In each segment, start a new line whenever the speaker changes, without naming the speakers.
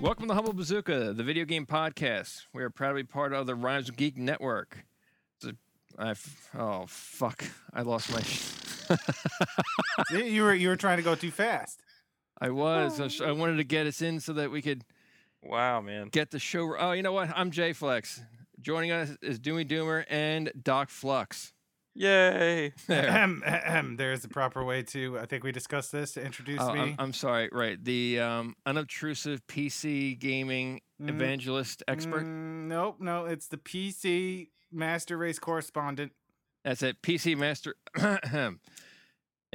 Welcome to Humble Bazooka, the video game podcast. We are proudly part of the Rhymes with Geek Network. It's a- I f- oh fuck! I lost my. Sh-
See, you were you were trying to go too fast.
I was. I, sh- I wanted to get us in so that we could
Wow, man.
get the show. Oh, you know what? I'm J Flex. Joining us is Doomy Doomer and Doc Flux.
Yay.
There.
Ahem, ahem. There is the proper way to. I think we discussed this to introduce
Oh,
me.
I'm, I'm sorry. Right, the um, unobtrusive PC gaming
Mm,
evangelist expert.
mm, nope, no, it's the PC master race correspondent.
That's it. PC Master. and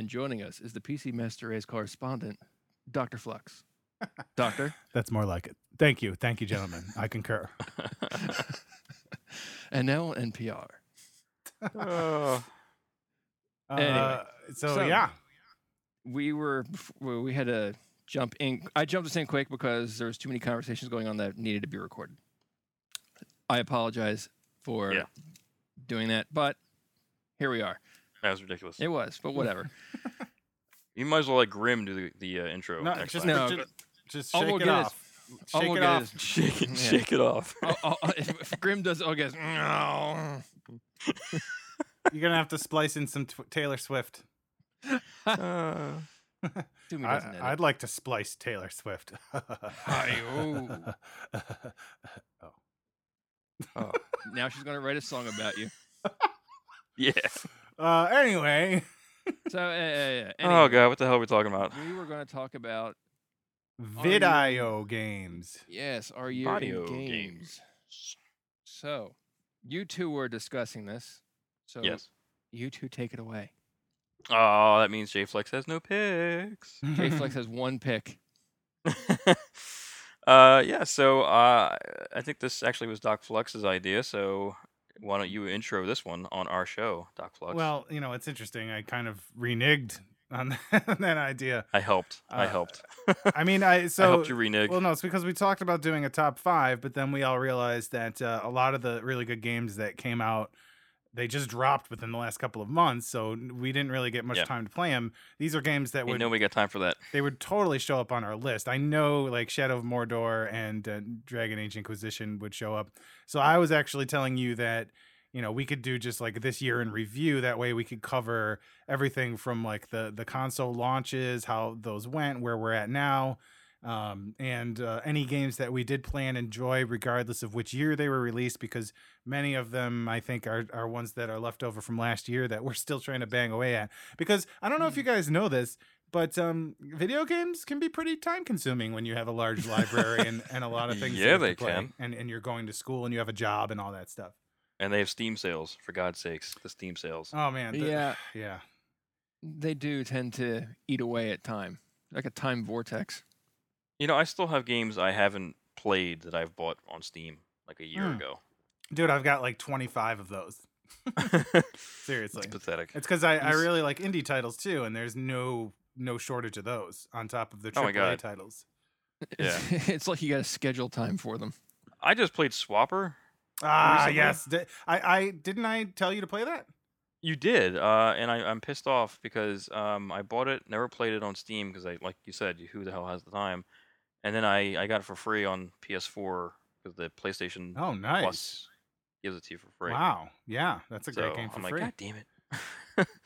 joining us is the PC Master Race correspondent, Dr. Flux. Doctor.
That's more like it. Thank you, thank you, gentlemen. I concur.
And now NPR.
Oh,
Uh,
Anyway,
so,
so-
yeah,
We were, bef- well, we had to jump in. I jumped this in quick because there was too many conversations going on that needed to be recorded. I apologize for
Yeah.
doing that, but here we are.
that was ridiculous.
It was, but whatever.
You might as well let Grim do the, the uh, intro.
no,
next
just
time.
Oh, No. Oh,
just, just
All
shake
we'll
it
get is-
off.
all
Shake
we'll
it
get
off.
is-
Shake, it,
Yeah.
shake it off.
oh, oh, oh, if, if Grim does, oh, guess. No.
You're gonna have to splice in some tw- Taylor Swift.
Uh,
Doomy doesn't edit.
I, I'd like to splice Taylor Swift.
Hi-yo.
oh.
now she's going to write a song about you.
Yeah.
uh, anyway,
So, uh, uh, yeah.
Oh,
anyway.
God. What the hell are we talking about?
we were going to talk about you-
Vidio games.
yes, our year in
Video
games.
games.
So, you two were discussing this. So,
Yes.
you two take it away.
Oh, that means J Flex has no picks.
J Flex has one pick.
uh, yeah, so uh, I think this actually was Doc Flux's idea, so why don't you intro this one on our show, Doc Flux?
Well, you know, it's interesting. I kind of reneged on that idea.
I helped. I
uh,
helped.
I mean, I
I
so
helped you renege.
well, no, it's because we talked about doing a top five, but then we all realized that uh, a lot of the really good games that came out, they just dropped within the last couple of months, so n- we didn't really get much
Yeah.
time to play them. These are games that
Ain't
would
nobody got time for that.
they would totally show up on our list. I know like Shadow of Mordor and uh, Dragon Age Inquisition would show up. So I was actually telling you that you know we could do just like this year in review. That way we could cover everything from like the the console launches, how those went, where we're at now. Um, and uh, any games that we did play and enjoy, regardless of which year they were released, because many of them I think are, are ones that are left over from last year that we're still trying to bang away at. Because I don't know if you guys know this, but um, video games can be pretty time consuming when you have a large library and, and a lot of things. that
Yeah,
you have to
they
play,
can.
And, and you're going to school and you have a job and all that stuff.
And they have Steam sales, for God's sakes. The Steam sales.
Oh, man. the-
Yeah.
Yeah.
They do tend to eat away at time, like a time vortex.
You know, I still have games I haven't played that I've bought on Steam like a year
Hmm.
ago.
Dude, I've got like 25 of those.
it's
Seriously.
pathetic.
It's because I, I
Yes.
really like indie titles too, and there's no no shortage of those on top of the
Oh my
AAA
God.
titles.
Yeah.
it's like you got to schedule time for them.
I just played Swapper.
Ah,
Recently?
yes. Di- I, I didn't I tell you to play that?
You did, uh, and I, I'm pissed off because um, I bought it, never played it on Steam because I, like you said, who the hell has the time? And then I, I got it for free on PS4 because the PlayStation
Oh, nice.
Plus gives it to you for free.
Wow. Yeah, that's a great
So
game for
I'm like,
free.
God damn it!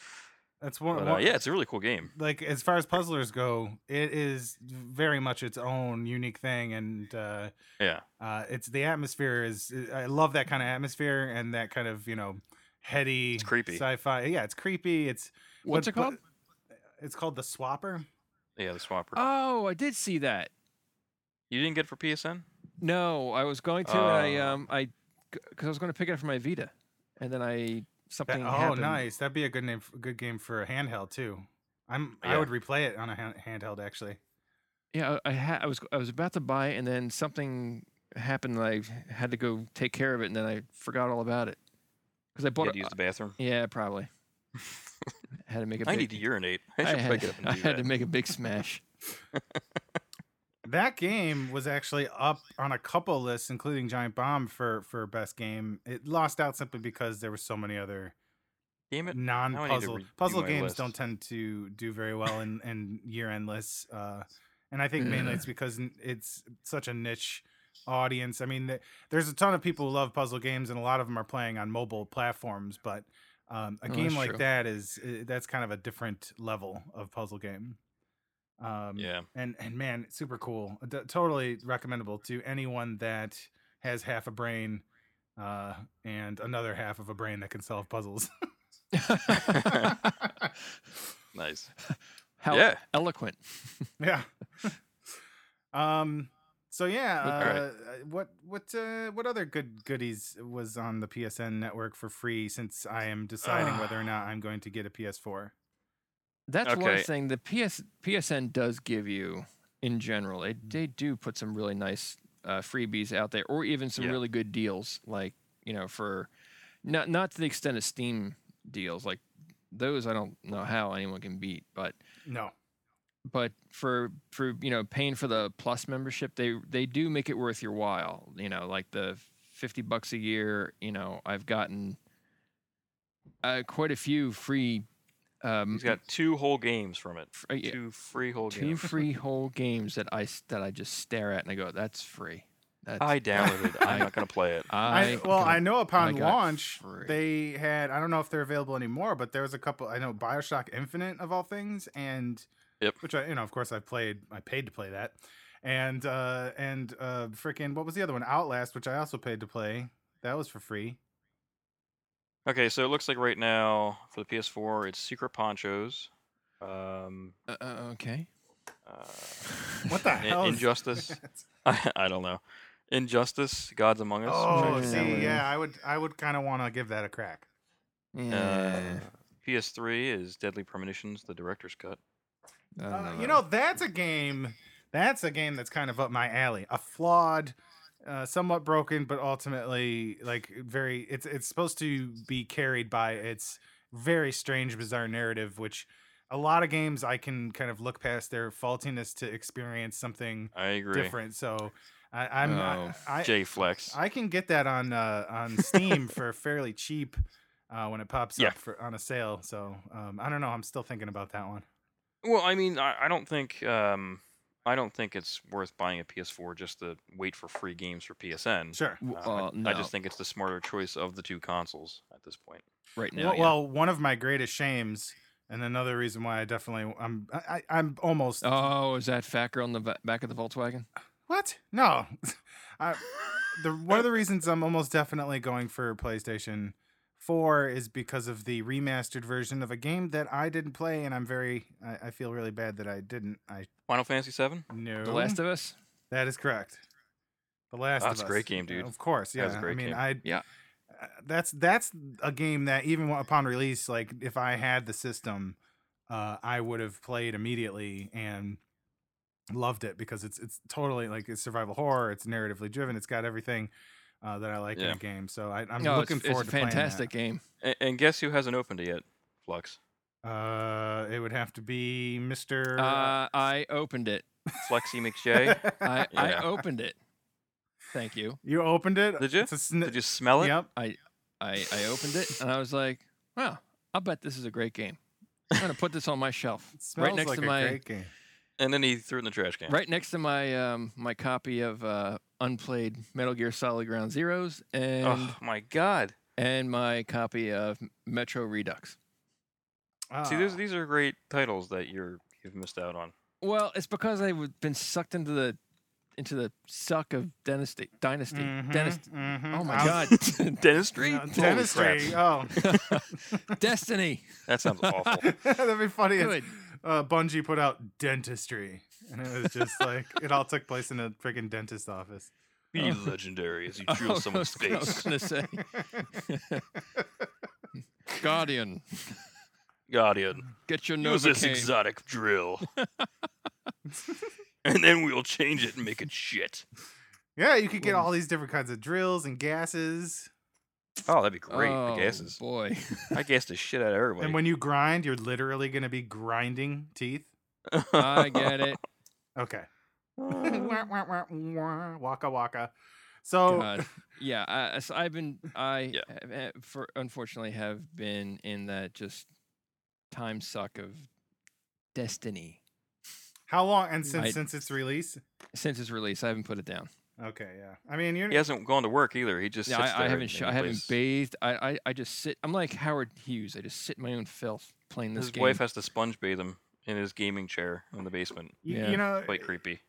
That's one.
But, uh,
one-
yeah, it's a really cool game.
like as far as puzzlers go, it is very much its own unique thing, and uh,
Yeah,
uh, it's the atmosphere is. uh, I love that kind of atmosphere and that kind of you know heady,
It's creepy.
sci-fi. Yeah, it's creepy. It's
What's
but-
it called?
but- It's called the Swapper.
yeah, the Swapper.
Oh, I did see that.
you didn't get it for PSN?
No, I was going to, and I,
Oh.
um, I, because I was going to pick it up for my Vita, and then I
That-
something
oh,
happened.
nice. That'd be a good name, f- good game for a handheld too. I'm. I
Yeah.
would replay it on a han- handheld actually.
Yeah, I I ha- I was I was about to buy, it, and then something happened. And I had to go take care of it, and then I forgot all about it because I
You
bought
had
it.
to use the bathroom.
yeah, probably. had to make a
I
big,
need to urinate. I
I
should
had,
pick it up and
I
do
had
that.
to make a big smash.
That game was actually up on a couple lists, including Giant Bomb for for best game. It lost out simply because there were so many other
Damn it!
non
now I need to
puzzle
redo
puzzle
my
games
list.
don't tend to do very well in, in year end lists. Uh, and I think mainly
Yeah.
it's because n- it's such a niche audience. I mean, th- there's a ton of people who love puzzle games, and a lot of them are playing on mobile platforms. But um, a
Oh,
game
that's
like
true.
that is i- that's kind of a different level of puzzle game. Um,
Yeah.
and and man, super cool. D- totally recommendable to anyone that has half a brain uh, and another half of a brain that can solve puzzles.
Nice.
How
Yeah.
eloquent.
Yeah. um. So yeah.
All
right.
Uh, uh, What what uh, what other good goodies was on the PSN network for free? Since I am deciding whether or not I'm going to get a PS4.
That's one
Okay.
thing the PS PSN does give you in general. They
Mm.
they do put some really nice uh, freebies out there, or even some
Yeah.
really good deals. Like you know, for not not to the extent of Steam deals, like those I don't know how anyone can beat. But
No.
but for for you know paying for the plus membership, they they do make it worth your while. You know, like the fifty bucks a year. You know, I've gotten uh, quite a few free. Um,
He's got two whole games from it.
fr- uh, yeah,
Two free whole
two
games.
free whole games that I s- that I just stare at and I go, "That's free." That's,
I downloaded it. I'm not gonna play it.
I, well,
got-
I know upon
got
launch
free.
they had. I don't know if they're available anymore, but there was a couple. I know Bioshock Infinite of all things, and
Yep.
which I you know of course I played. I paid to play that, and uh and uh freaking what was the other one? Outlast, which I also paid to play. That was for free.
Okay, so it looks like right now for the PS4, it's Secret Ponchos, um,
Uh, uh, okay.
uh,
What the
In-
hell? is-
Injustice. I, I don't know, Injustice, Gods Among Us. Uh, which I
Oh,
Yeah.
see,
downloaded.
yeah, I would, I would kind of want to give that a crack.
Yeah.
Uh, PS3 is Deadly Premonitions, the director's cut.
I don't
Uh,
know
you
that.
know, that's a game. That's a game that's kind of up my alley. A flawed, uh, somewhat broken, but ultimately like very. It's it's supposed to be carried by its very strange, bizarre narrative, which. A lot of games I can kind of look past their faultiness to experience something
I agree.
different. So I, I'm
Oh,
I, I,
J Flex.
I can get that on uh, on Steam for fairly cheap uh, when it pops
Yeah.
up for, on a sale. So um, I don't know. I'm still thinking about that one.
Well, I mean, I, I don't think um, I don't think it's worth buying a PS4 just to wait for free games for PSN.
Sure.
W-
Uh, I-
uh,
I,
no,
just think it's the smarter choice of the two consoles at this point.
right now.
well,
yeah.
well, one of my greatest shames, and another reason why I definitely I'm I, I- I'm almost
Oh, is that fat girl in the va- back of the Volkswagen?
what no. I, the one of the reasons I'm almost definitely going for PlayStation 4 is because of the remastered version of a game that I didn't play, and I'm very I, I feel really bad that I didn't. I
Final Fantasy VII.
know
The Last of Us.
That is correct. The last
That's a
of
great
Us.
game,
Yeah,
dude.
Of course, yeah.
That was a
I
great
mean,
game.
I
Yeah.
uh, That's that's a game that even wa- upon release, like if I had the system, uh, I would have played immediately and loved it because it's it's totally like it's survival horror. It's narratively driven. It's got everything uh, that I like in
Yeah.
a game. So I, I'm
No,
looking
it's,
forward
it's a
to
fantastic game.
And, and guess who hasn't opened it yet? Flux.
playing that. Uh, it would have to be Mister.
Uh, I opened it.
Flexy McJ.
I, I
Yeah.
opened it. Thank you.
you opened it.
Did you?
It's a sn-
Did you smell it?
Yep.
I, I opened it and I was like, wow, I bet this is a great game. I'm gonna put this on my shelf,
It smells
right next
like
to
a
my
great game.
And then he threw it in the trash can.
right next to my um, my copy of uh, unplayed Metal Gear Solid Ground Zeroes and
Oh my god.
and my copy of Metro Redux.
See, these
Ah.
these are great titles that you're you've missed out on.
Well, it's because I've been sucked into the into the suck of dynasty. Dynasty. Dynasty.
mhm.
Oh my
I'll-
god, dentistry,
No,
Holy
dentistry. Oh,
crap. destiny.
That sounds awful.
that'd be funny. If,
Good.
uh, Bungie put out dentistry, and it was just like it all took place in a freaking dentist office.
Be legendary as you
Oh.
drill someone's
I was
face.
gonna say Guardian.
Guardian.
Get your
Use this
Novocaine.
exotic drill. and then we'll change it and make it shit.
Yeah, you could get
Well-
all these different kinds of drills and gases,
Oh, that'd be great.
Oh,
the gases.
boy.
I gassed the shit out of everybody.
and when you grind, you're literally gonna be grinding teeth.
I get it.
Okay. Wah, wah, wah, wah, waka waka. So
God. Yeah, I, I- so I've been I
Oh. Yeah.
have- have- for unfortunately have been in that just time suck of destiny.
How long? And since
I-
since its release.
since its release. I haven't put it down.
Okay, yeah. I mean, you're
He hasn't gone to work either. He just
Yeah,
sits
I, I
there
haven't.
and
Sh-
he
I haven't
plays-
bathed. I, I I just sit. I'm like Howard Hughes. I just sit in my own filth playing this
His
game.
wife has to sponge bathe him in his gaming chair in the basement.
you,
yeah,
you know
Quite creepy.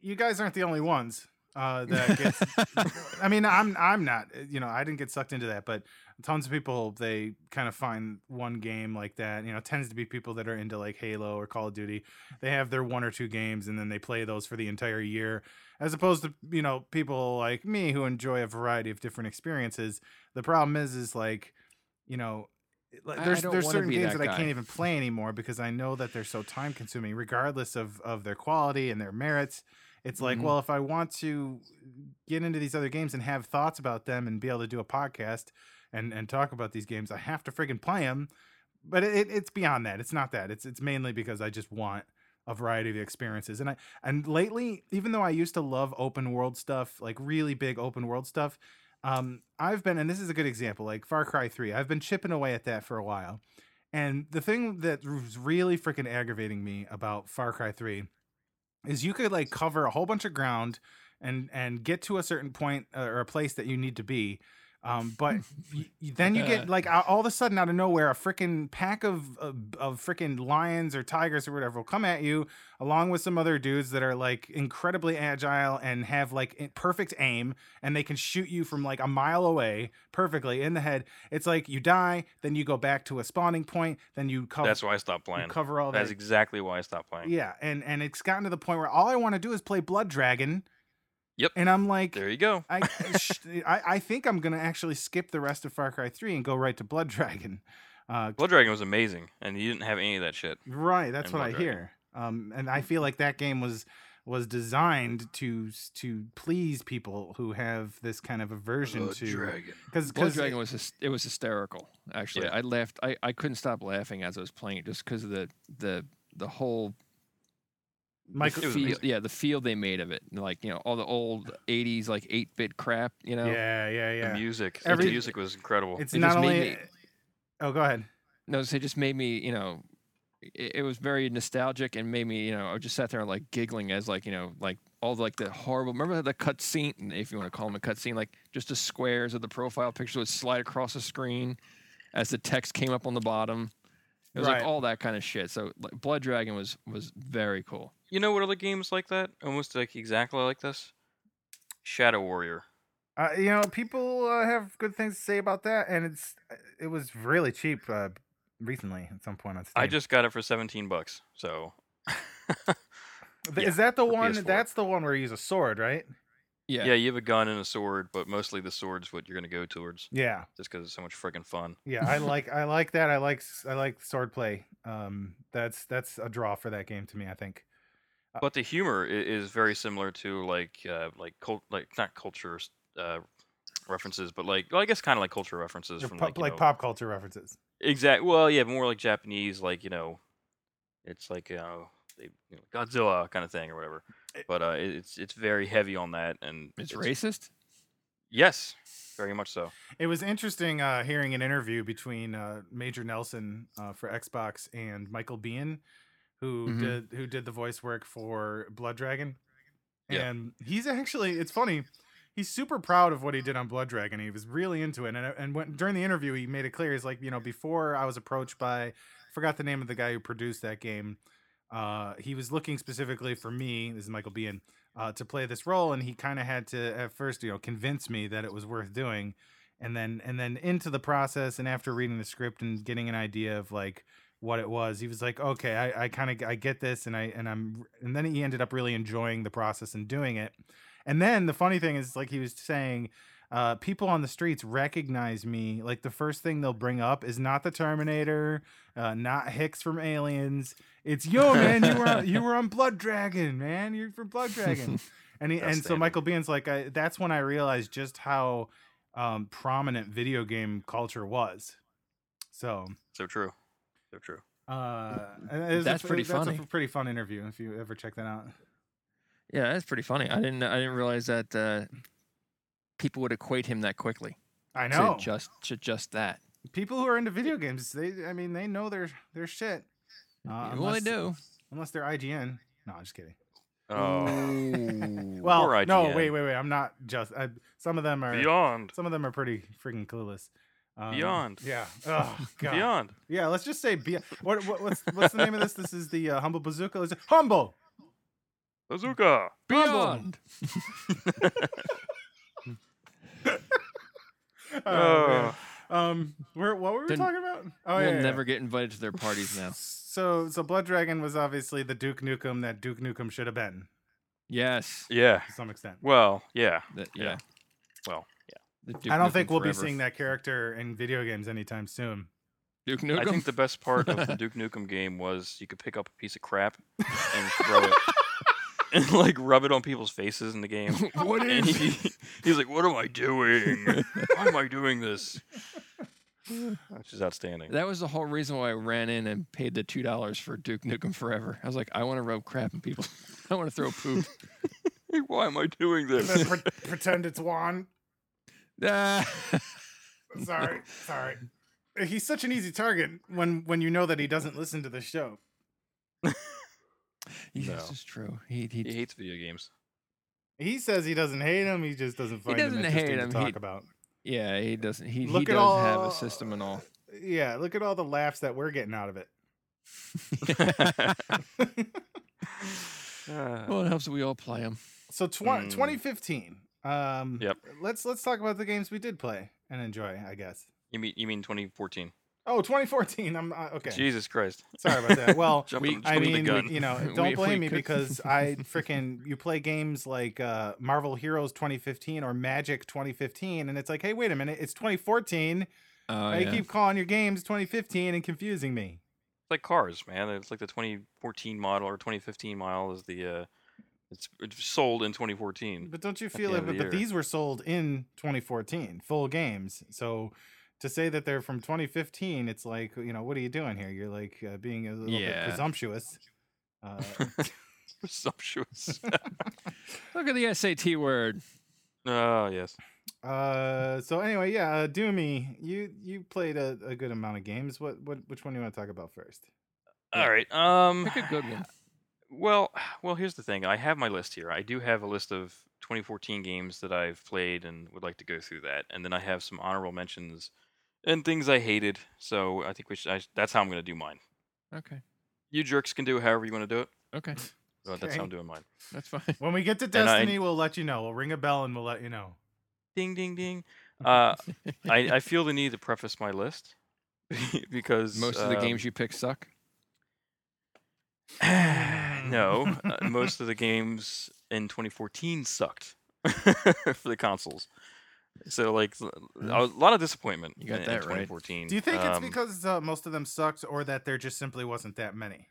you guys aren't the only ones uh, that gets I mean, I'm I'm not. You know, I didn't get sucked into that, but tons of people they kind of find one game like that. You know, it tends to be people that are into like Halo or Call of Duty. They have their one or two games, and then they play those for the entire year, as opposed to you know people like me who enjoy a variety of different experiences. The problem is, is like, you know. Like
I- I
there's
don't
there's
wanna
certain
be
games
that
that, I can't
guy.
even play anymore because I know that they're so time consuming, regardless of of their quality and their merits it's like
Mhm.
well if i want to get into these other games and have thoughts about them and be able to do a podcast and and talk about these games i have to friggin' play them but it, it's beyond that it's not that it's it's mainly because i just want a variety of experiences and i and lately even though i used to love open world stuff like really big open world stuff um i've been and this is a good example like far cry 3 i've been chipping away at that for a while and the thing that was really freaking aggravating me about Far Cry 3 is you could like cover a whole bunch of ground and and get to a certain point uh, or a place that you need to be. Um, but y- y- then you get like a- all of a sudden out of nowhere, a freaking pack of of, of freaking lions or tigers or whatever will come at you, along with some other dudes that are like incredibly agile and have like i- perfect aim, and they can shoot you from like a mile away perfectly in the head. It's like you die, then you go back to a spawning point, then you cover
That's why I stopped
you
playing.
cover all
That's
that.
exactly why I stopped playing.
Yeah, and and it's gotten to the point where all I want to do is play Blood Dragon.
Yep.
And I'm like,
There you go.
I, sh- I I think I'm gonna actually skip the rest of Far Cry Three and go right to Blood Dragon. Uh,
Blood Dragon was amazing, and you didn't have any of that shit.
right, that's
And
what
Blood
I
Dragon.
hear. Um, and I feel like that game was was designed to to please people who have this kind of aversion to because
Blood Dragon was hys- it was hysterical. Actually,
Yeah.
I laughed. I, I couldn't stop laughing as I was playing it just because of the the the whole
Michael.
It was
feel,
amazing.
yeah the feel they made of it. Like you know all the old '80s like eight bit crap. You know.
Yeah, yeah,
The
yeah.
music,
Every-
the music was incredible.
It's
It
not
just made
only.
me-
Oh, go ahead.
No, so it just made me you know. It, it was very nostalgic and made me, you know, I just sat there like giggling as like, you know, like all like the horrible. Remember the cutscene, if you want to call them a cutscene, like just the squares of the profile picture would slide across the screen as the text came up on the bottom. It was
Right.
like all that kind of shit. So like, Blood Dragon was was very cool.
you know what other games like that? Almost like exactly like this? Shadow Warrior.
Uh, you know, people uh, have good things to say about that, and it's it was really cheap uh, recently at some point on Steam.
I just got it for 17 bucks. So
Th-
yeah,
is that the
for
one?
PS4.
That's the one where you use a sword, right?
Yeah.
yeah. you have a gun and a sword, but mostly the sword's what you're gonna go towards,
Yeah,
just because it's so much freaking fun.
yeah. I like I like that. I like s- I like sword play. Um, that's that's a draw for that game to me. I think. Uh,
But the humor i- is very similar to like uh, like cult like not culture uh, references, but like well, I guess kind of like culture references
They're
from
pop-
like, you
like
know,
pop culture references.
Exact. Well, yeah, more like Japanese, like you know, it's like you know, they, you know Godzilla kind of thing or whatever.
Eh
But uh, it, it's it's very heavy on that, and
It's racist.
Yes, very much so.
It was interesting uh, hearing an interview between uh, Major Nelson uh, for Xbox and Michael Biehn, who
Mhm.
did who did the voice work for Blood Dragon,
Yeah.
and he's actually it's funny. He's super proud of what he did on Blood Dragon. He was really into it, and and when, during the interview, he made it clear he's like, you know, before I was approached by, forgot the name of the guy who produced that game. Uh, he was looking specifically for me. This is Michael Biehn uh, to play this role, and he kind of had to at first, you know, convince me that it was worth doing, and then and then into the process, and after reading the script and getting an idea of like what it was, he was like, okay, I, I kind of I get this, and I and I'm and then he ended up really enjoying the process and doing it, and then the funny thing is, like he was saying. Uh, people on the streets recognize me. Like the first thing they'll bring up is not the Terminator, uh, not Hicks from Aliens. It's yo, man. You were on, you were on Blood Dragon, man. You're from Blood Dragon. And he, and so
Outstanding.
Michael Bihn's like, I, that's when I realized just how um, prominent video game culture was. So
So true. So true.
uh, and it was a
Mm, That's
f-
pretty
that's
funny.
a f- pretty fun interview if you ever check that out.
Yeah, that's pretty funny. I didn't I didn't realize that uh, people would equate him that quickly
I know
to just to just that.
people who are into video games. They, I mean, they know their their shit.
well,
Uh,
they
unless-
do.
unless they're IGN. No, I'm just kidding.
Oh,
Mm, Well,
Poor
no,
IGN.
wait, wait, wait. I'm not just. I, some of them are.
beyond,
Some of them are pretty freaking clueless. Um,
Beyond.
Yeah. Oh God.
beyond.
Yeah. Let's just say beyond. What, what, what's what's the name of this? This is the uh, humble bazooka. Is it humble?
Bazooka.
Beyond.
Oh, man.
Oh.
um, where what were we
Then
talking about? Oh
we'll
yeah, yeah.
never get invited to their parties now.
So so Blood Dragon was obviously the Duke Nukem that Duke Nukem should have been
Yes.
Yeah.
to some extent.
Well, yeah.
That-
Yeah.
yeah.
Well,
The Duke
I don't
Nukem
think we'll be
Forever.
seeing that character in video games anytime soon.
Duke
I
Nukem.
think the best part of the Duke Nukem game was you could pick up a piece of crap and throw it and like rub it on people's faces in the game.
what
And
is?
he, he's like, "What am I doing? Why am I doing this?" Which is outstanding.
That was the whole reason why I ran in and paid the two dollars for Duke Nukem Forever. I was like, I want to rub crap in people. I want to throw poop.
Why am I doing
And then
this?
pre- pretend it's Juan.
Ah.
Sorry, sorry. He's such an easy target when when you know that he doesn't listen to the show.
yes,
No.
this is true. He, he,
He hates video games.
He says he doesn't hate him. He just doesn't find him
doesn't
interesting
hate
to
him,
talk
he-
about.
yeah, he doesn't. He,
Look
he
at
does have
all-
a system and all.
Yeah, look at all the laughs that we're getting out of it.
Uh,
Well, it helps that we all play him.
So tw-
Hmm.
Mm.
2015. Um,
Yep.
Let's let's talk about the games we did play and enjoy. I guess.
you mean you mean 2014?
Oh, 2014. I'm uh, okay.
Jesus Christ!
Sorry about that. Well,
Jumping,
We-
I
jumping
mean,
the gun.
you know,
We-
don't
we
blame me
could-
because I freaking you play games like uh, Marvel Heroes 2015 or Magic 2015, and it's like, hey, wait a minute, it's 2014.
Oh,
I
yeah.
keep calling your games 2015 and confusing me.
It's like cars, man. It's like the 2014 model or 2015 model is the uh, it's, it's sold in 2014.
But don't you
the
feel
end
it?
of the
But, but
year.
these were sold in 2014, full games. So to say that they're from 2015, it's like, you know, what are you doing here? You're like uh, being a little bit
Yeah.
presumptuous. Uh,
Presumptuous.
Look at the SAT word.
oh yes.
uh, so anyway, yeah, uh, Doomy, you you played a, a good amount of games. What what which one do you want to talk about first?
All right. Um.
Pick a good one.
Well, well, here's the thing. I have my list here. I do have a list of 2014 games that I've played and would like to go through that, and then I have some honorable mentions and things I hated. So I think we should. I, sh- that's how I'm going to do mine.
Okay.
You jerks can do it however you want to do it.
Okay.
but Oh, That's how I'm
Okay.
doing mine.
That's fine.
When we get to
I-
Destiny, we'll let you know. We'll ring a bell and we'll let you know.
Ding, ding, ding. Uh, I, I feel the need to preface my list because
Most of the
um,
games you pick suck.
no, uh, most of the games in 2014 sucked for the consoles. So like l-
Mm.
I was- a lot of disappointment
You got
in, in
that right.
2014.
Do you think it's
Um,
because uh, most of them sucked, or that there just simply wasn't that many?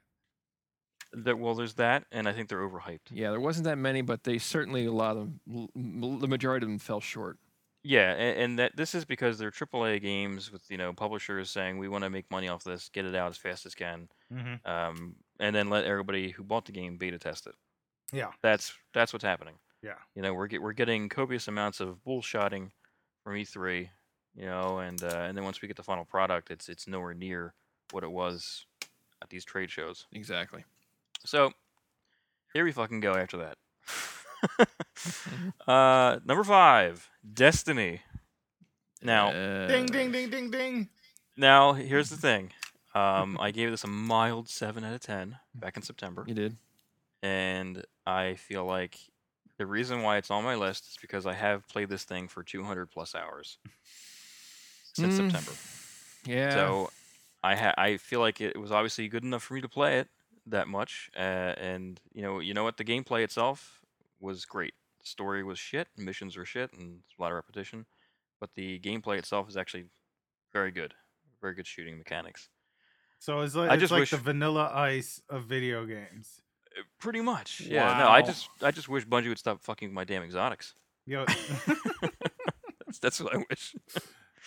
that well there's that and I think they're overhyped.
Yeah, there wasn't that many, but they certainly a lot of them, l- m- the majority of them fell short.
Yeah, and, and that this is because they're AAA games with, you know, publishers saying we want to make money off this, get it out as fast as can.
Mm-hmm.
um, and then let everybody who bought the game beta test it.
Yeah.
that's that's what's happening.
Yeah.
you know we're get, we're getting copious amounts of bullshotting from E3, you know, and uh, and then once we get the final product, it's it's nowhere near what it was at these trade shows.
Exactly.
So here we fucking go after that. uh, number five, Destiny. Now,
Uh,
ding, ding, ding, ding, ding.
now here's the thing. Um, I gave this a mild seven out of ten back in September.
You did.
and I feel like the reason why it's on my list is because I have played this thing for 200 plus hours since
Mm,
September.
Yeah.
So I ha- I feel like it was obviously good enough for me to play it that much, uh, and you know you know what the gameplay itself was great. The story was shit, missions were shit, and it's a lot of repetition, but the gameplay itself is actually very good, very good shooting mechanics.
So it's like,
I
it's
just
like
wish-
the vanilla ice of video games.
Uh, Pretty much, yeah. No, I
Wow.
just I just wish Bungie would stop fucking with my damn exotics.
Yo,
That's, that's what I wish.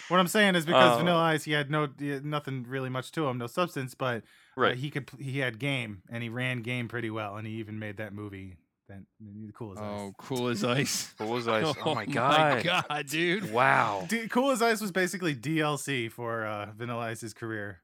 what I'm saying is because
Uh,
vanilla ice, he had no he had nothing really much to him, no substance, but uh,
Right.
he could pl- he had game and he ran game pretty well, and he even made that movie that cool as ice.
oh, cool as ice.
What was I? Oh, my god!
God, dude.
Wow.
D- cool as ice was basically DLC for uh, Vanilla Ice's career.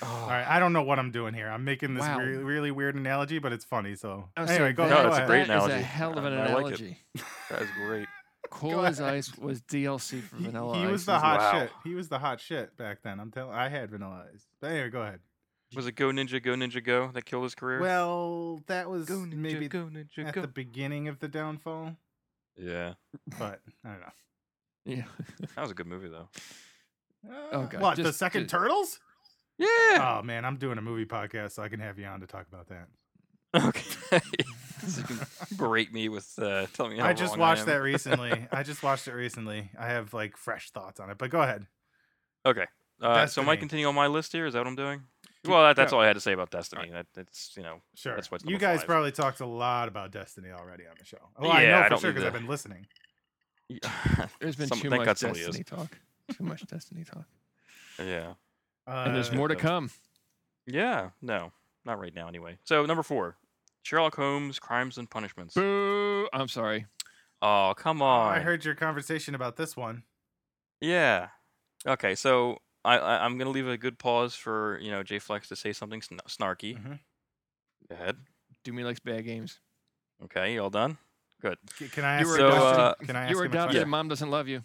Oh.
Oh.
All right, I don't know what I'm doing here. I'm making this
Wow.
re- really weird analogy, but it's funny. So
Oh, so
anyway, go,
that-
No,
go
that's a
ahead.
great
That is a
analogy.
hell of an
I- I like it.
analogy.
That's great.
Cool as ice was DLC for
He,
Vanilla
he
Ice.
was the
as
hot
wow.
shit. He was the hot shit back then. I'm telling. I had Vanilla Ice. But anyway, go ahead.
Was it Go Ninja Go Ninja Go that killed his career?
Well, that was
go Ninja
maybe
Go Ninja
at
Go.
the beginning of the downfall,
yeah,
but I don't know.
well. Yeah.
that was a good movie though.
Oh,
Uh,
God,
What the
just-
second
just-
Turtles?
Yeah.
Oh man, I'm doing a movie podcast, so I can have you on to talk about that. Uh,
Okay. so you can berate me with uh, telling me. How
I just
wrong
watched
am.
that recently. I just watched it recently. I have like fresh thoughts on it, but go ahead.
Okay. Uh, so am I
Destiny.
continuing on my list here? Is that what I'm doing? Well, that, that's all I had to say about Destiny. That, that's you know.
Sure.
That's what's
you
number
guys
five.
probably talked a lot about Destiny already on the show. Well,
Yeah,
I
I
know
don't
for sure
need
because I've
to-
been listening.
There's been
Some-
too
thank
much
God somebody is.
Destiny talk. Too much Destiny talk.
yeah.
Uh,
and there's more to
that's-
come.
Yeah. No, not right now. Anyway. So number four, Sherlock Holmes: Crimes and Punishments.
Boo! I'm sorry.
Oh, come on.
Uh, I heard your conversation about this one.
Yeah. Okay, so I, I I'm gonna leave a good pause for you know J Flex to say something sn- snarky.
Mm-hmm.
Mhm.
Go ahead.
Do me likes bad games.
Okay, you all done? Good.
C- Can I
You
ask?
were
a question?
adopted-
Can I ask
You were
him a question?
adopted. Mom doesn't love you.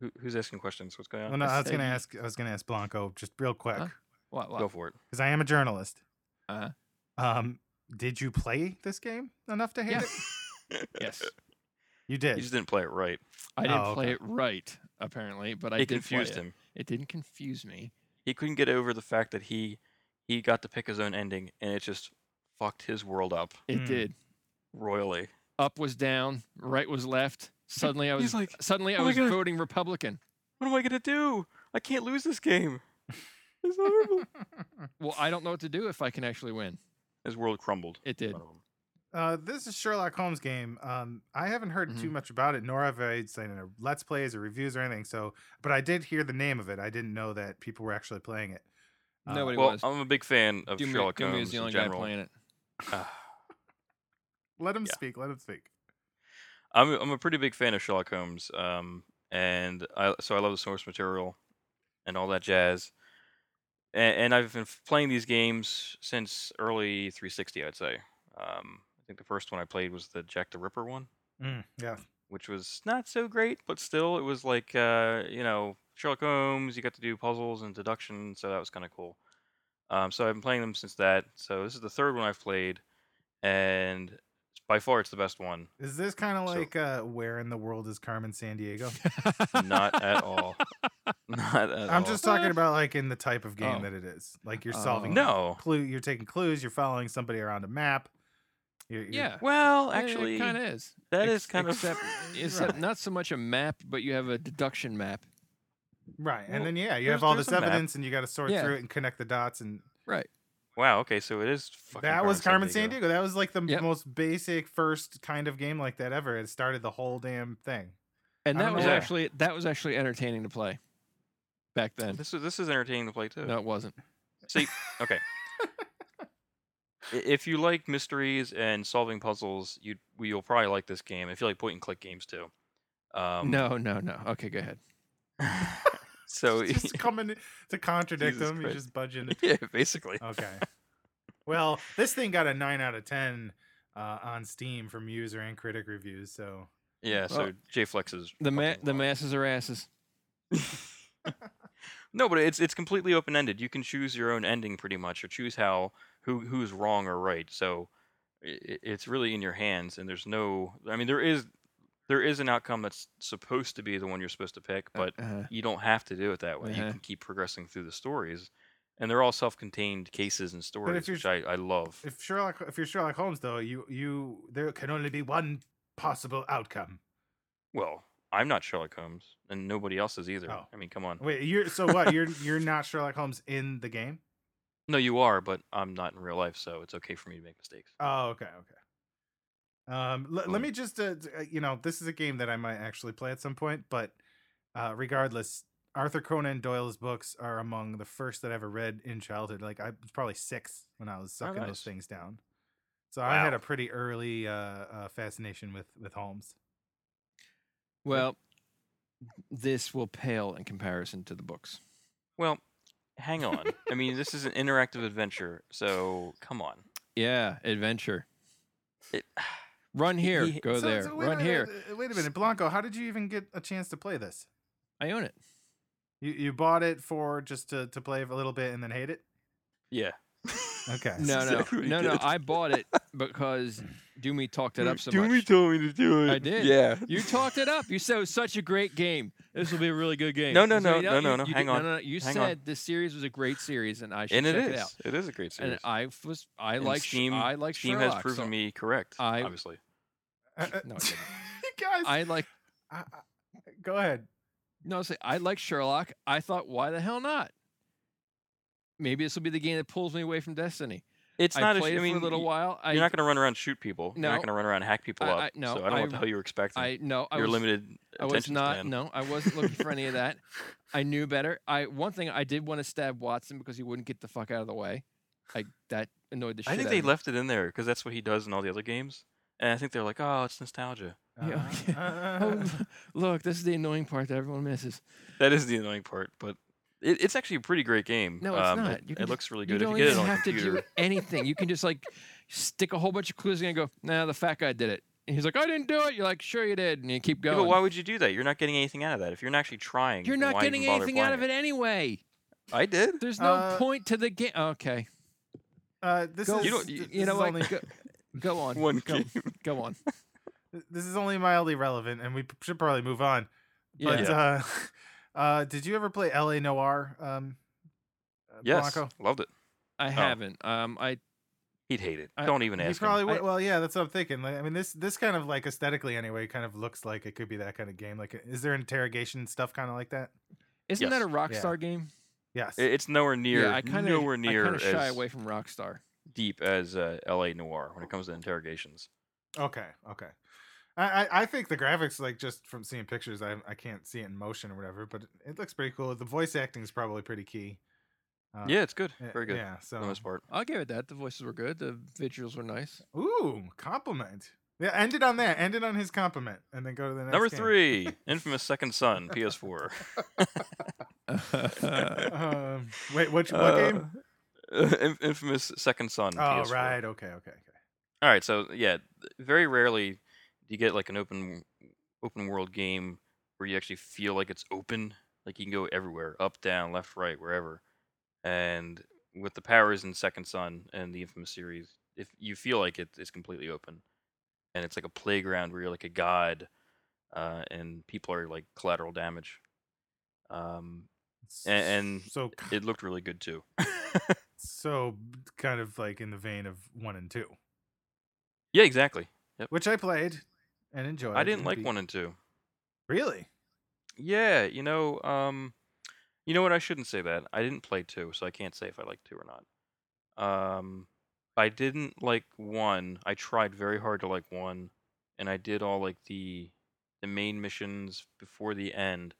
Who, who's asking questions? What's going
Well,
on?
no, I
I
was gonna
said-
ask. I was gonna ask Blanco just real quick
Huh? What?
Go
What?
for it.
because I am a journalist.
Uh,
Um, did you play this game enough to hate
Yeah.
it?
yes.
You
You
did.
just didn't play it right.
I didn't
Oh,
play
okay.
it right, apparently, but I
it
did
confused
play it.
him.
It didn't confuse me.
He couldn't get over the fact that he he got to pick his own ending, and it just fucked his world up
It
Hmm.
did.
royally.
Up was down. Right was left. Suddenly I
He's
was.
like,
suddenly I
"Oh my
was
God."
voting Republican.
What am I gonna do? I can't lose this game. It's horrible.
Well, I don't know what to do if I can actually win.
his world crumbled.
It did.
in front of him.
Uh, this is Sherlock Holmes game. Um, I haven't heard
Mm-hmm.
too much about it, nor have I seen any let's plays or reviews or anything. So, but I did hear the name of it. I didn't know that people were actually playing it. Uh,
Nobody
Well,
was.
I'm a big fan of
Doom,
Sherlock
Doom
Holmes
is the only
in
guy
general.
playing it.
Ah.
Let him
Yeah.
speak. Let him speak.
I'm a- I'm a pretty big fan of Sherlock Holmes, um, and I so I love the source material and all that jazz. And, and I've been f- playing these games since early 360, I'd say. Um, I think the first one I played was the Jack the Ripper one,
Mm, yeah.
which was not so great, but still it was like uh, you know Sherlock Holmes. You got to do puzzles and deduction, so that was kind of cool. Um, so I've been playing them since that. So this is the third one I've played, and by far it's the best one.
Is this kind of
So-
like uh, where in the world is Carmen San Diego?
Not at all. Not at
I'm
all.
just talking about like in the type of game
Oh.
that it is. Like you're
Oh.
solving
No.
clue. You're taking clues. You're following somebody around a map. You're, you're-
Yeah.
Well,
Yeah,
actually,
it kind of is.
that
Ex-
is kind
except,
of.
except
Right.
not so much a map, but you have a deduction map.
right.
Well,
and then yeah, you
there's-
have all
there's
this
a map.
evidence, and you got to sort
Yeah.
through it and connect the dots. And
Right.
wow. Okay, so it is. Fucking
that was Carmen San
Sandiego.
Diego. That was like the
Yep.
most basic first kind of game like that ever. It started the whole damn thing.
And
I
that
don't
was
know why.
actually that was actually entertaining to play back then.
This is this is entertaining to play too.
No, it wasn't.
See, okay. I- if you like mysteries and solving puzzles, you you'll probably like this game. If you like point and click games too. Um,
no, no, no. Okay, go ahead.
So
It's just coming to contradict
Jesus
them, you're
Christ.
just budging.
yeah, basically.
Uh,
Okay. well, this thing got a nine out of ten uh, on Steam from user and critic reviews. So
Yeah. So
Well,
J Flex is
The ma-
fucking
the
wild.
masses are asses.
No, but it's it's completely open ended. You can choose your own ending pretty much, or choose how who who's wrong or right. So i i- it's really in your hands, and there's no. I mean, there is there is an outcome that's supposed to be the one you're supposed to pick, but
Uh,
you don't have to do it that way. You
Uh-huh.
can keep progressing through the stories, and they're all self contained cases and stories,
you're
which I I love.
if Sherlock, if you're Sherlock Holmes, though, you you there can only be one possible outcome.
Well, I'm not Sherlock Holmes, and nobody else is either.
Oh.
I mean, come on.
Wait, you're so what? You're you're not Sherlock Holmes in the game?
No, you are, but I'm not in real life, so it's okay for me to make mistakes.
Oh, okay, okay. Um, l- let
Um,
me just, uh, d- uh, you know, this is a game that I might actually play at some point, but uh, regardless, Arthur Conan Doyle's books are among the first that I ever read in childhood. Like I was probably six when I was
Oh,
sucking those
nice.
things down. So I had
Wow.
a pretty early uh, uh, fascination with with Holmes.
well, this will pale in comparison to the books.
Well, hang on. I mean, this is an interactive adventure, so come on.
Yeah, adventure.
It-
Run here,
he-
go
So-
there.
so wait a
Run here.
minute, uh, Wait a minute, Blanco. How did you even get a chance to play this?
I own it.
You you bought it for just to to play a little bit and then hate it.
Yeah.
Okay.
No, no,
exactly what he
no, no.
did.
I bought it because Doomy talked it up so
Doomy
much.
told me to do it.
I did.
Yeah.
You talked it up. You said it was such a great game. This will be a really good game.
No, no,
That's what
no,
you-
no, no,
you-
no,
you
hang
did-
on,
No, no, you
hang
said
on.
this series was a great series, and I should
And it
check
is.
it out.
It is a great series.
And I was, I
And
like, Sh-
Steam.
I like
Steam
Sherlock.
has proven
so
me correct.
I-
obviously.
Uh, uh,
No, I didn't.
you guys.
I like.
I- I- go ahead.
No, say I like Sherlock. I thought, why the hell not? Maybe this will be the game that pulls me away from Destiny.
It's
I
not.
played
a, sh- I
it
mean,
for a little
y-
while. I,
You're not going to run around and shoot people. You're
No.
not going to run around and hack people
I-
up.
I- no,
so I don't know
I-
what the hell you were expecting.
I no. I
Your
was,
limited
I was
attention
not.
span.
No, I wasn't looking for any of that. I knew better. I one thing I did want to stab Watson because he wouldn't get the fuck out of the way. I that annoyed the shit.
I think
out
they
of me.
left it in there because that's what he does in all the other games. And I think they're like, oh, it's nostalgia.
Yeah, okay.
Uh,
Oh, l- look, this is the annoying part that everyone misses.
That is the annoying part, but it, it's actually a pretty great game.
No, it's
Um,
not.
It,
You can
it
just-
looks really
you
good if
don't
you get it
even
on a
have to
computer.
do anything. You can just like stick a whole bunch of clues in and go, nah, the fat guy did it. And he's like, I didn't do it. You're like, sure you did. And you keep
Yeah,
going.
but why would you do that? You're not getting anything out of that. If you're not actually trying,
You're
then
not
why even
getting
bother
anything out
playing
of it anyway.
I did.
There's no
Uh,
point to the game. Okay.
uh, this
Oh, Go,
is
You don't-
th-
you,
this
you know
is
what?
only-
go, go on.
One
go,
game.
go on.
this is only mildly relevant, and we p- should probably move on.
Yeah.
But uh, uh, did you ever play L.A. Noir? Um, uh,
Yes,
Blanco?
loved it.
I haven't. Um, I
He'd hate it.
I-
Don't even
He
ask
probably
him.
would,
I-
well, yeah, that's what I'm thinking. Like, I mean, this this kind of like aesthetically, anyway, kind of looks like it could be that kind of game. Like, is there interrogation stuff kind of like that?
isn't that a
Yes.
Rockstar
Yeah.
game?
Yes.
I- It's nowhere near.
yeah, I kind of
nowhere
I
near
kind of shy
as
away from Rockstar.
deep as uh, L.A. Noir when it comes to interrogations.
okay. Okay. I, I, I think the graphics, like just from seeing pictures, I I can't see it in motion or whatever, but it looks pretty cool. The voice acting is probably pretty key. Uh,
yeah, it's good.
yeah,
Very good.
Yeah.
For
So.
the most part.
I'll give it that. The voices were good. The visuals were nice.
Ooh, compliment. Yeah, end it on that. End it on his compliment, and then go to the next.
Number
game.
three, Infamous Second Son, PS4.
Mm. Um, wait, what? What
Uh,
game?
In- Uh, Infamous Second Son.
Oh,
PS4.
right. Okay. Okay. Okay.
All right, so yeah, th- very rarely do you get like an open open world game where you actually feel like it's open, like you can go everywhere, up, down, left, right, wherever. And with the powers in Second Son and the Infamous series, if you feel like it, it's completely open, and it's like a playground where you're like a god, uh, and people are like collateral damage. Um, A- and
so
it looked really good too.
so kind of like in the vein of one and two,
yeah, exactly.
which I played and enjoyed.
I didn't
and
like
beat-
one and two.
Really?
Yeah, you know, um, you know what? I shouldn't say that. I didn't play two, so I can't say if I like two or not. Um, I didn't like one. I tried very hard to like one, and I did all like the the main missions before the end,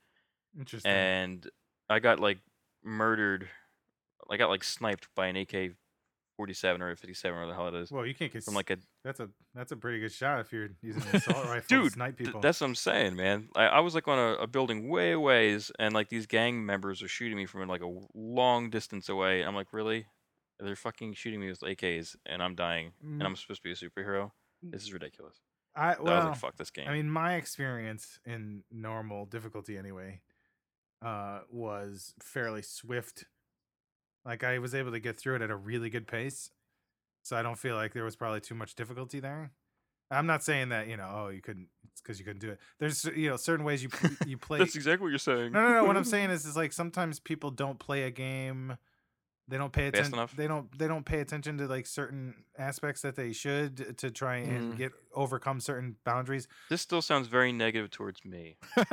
Interesting.
and I got like murdered. I got like sniped by an AK forty seven or fifty seven or the hell it is
well, you can't get
from like a
that's a that's a pretty good shot if you're using an assault rifle to
Dude,
snipe
Th-
people.
that's what I'm saying, man. I, I was like on a, a building way ways, and like these gang members are shooting me from like a w- long distance away. I'm like, really? They're fucking shooting me with AKs, and I'm dying, and
Mm.
I'm supposed to be a superhero. This is ridiculous.
I
So I was
well,
like, fuck this game.
I mean, my experience in normal difficulty, anyway, uh, was fairly swift. Like I was able to get through it at a really good pace, so I don't feel like there was probably too much difficulty there. I'm not saying that you know, oh, you couldn't, it's because you couldn't do it. There's you know certain ways you p- you play.
That's exactly what you're saying.
no, no, no. What I'm saying is, is like sometimes people don't play a game. They don't pay
Fast
attention.
enough?
They don't. They don't pay attention to like certain aspects that they should to try and
Mm.
get overcome certain boundaries.
This still sounds very negative towards me.
Uh,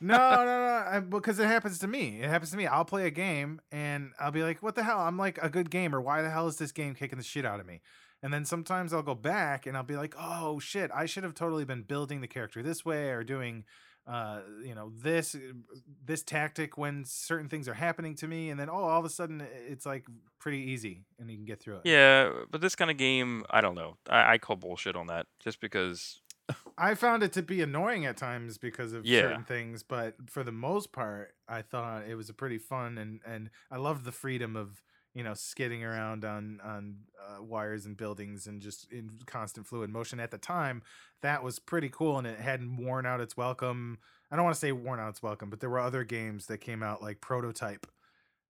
no, no, no, I, because it happens to me. It happens to me. I'll play a game and I'll be like, "What the hell? I'm like a good gamer. Why the hell is this game kicking the shit out of me?" And then sometimes I'll go back and I'll be like, "Oh shit, I should have totally been building the character this way or doing, uh, you know, this this tactic when certain things are happening to me." And then oh, all of a sudden it's like pretty easy and you can get through it.
uh, Yeah, but this kind of game, I don't know. I, I call bullshit on that, just because
I found it to be annoying at times because of
Yeah.
certain things, but for the most part, I thought it was a pretty fun and and I loved the freedom of you know skidding around on on uh, wires and buildings and just in constant fluid motion. At the time, that was pretty cool, and it hadn't worn out its welcome. I don't want to say worn out its welcome, but there were other games that came out like Prototype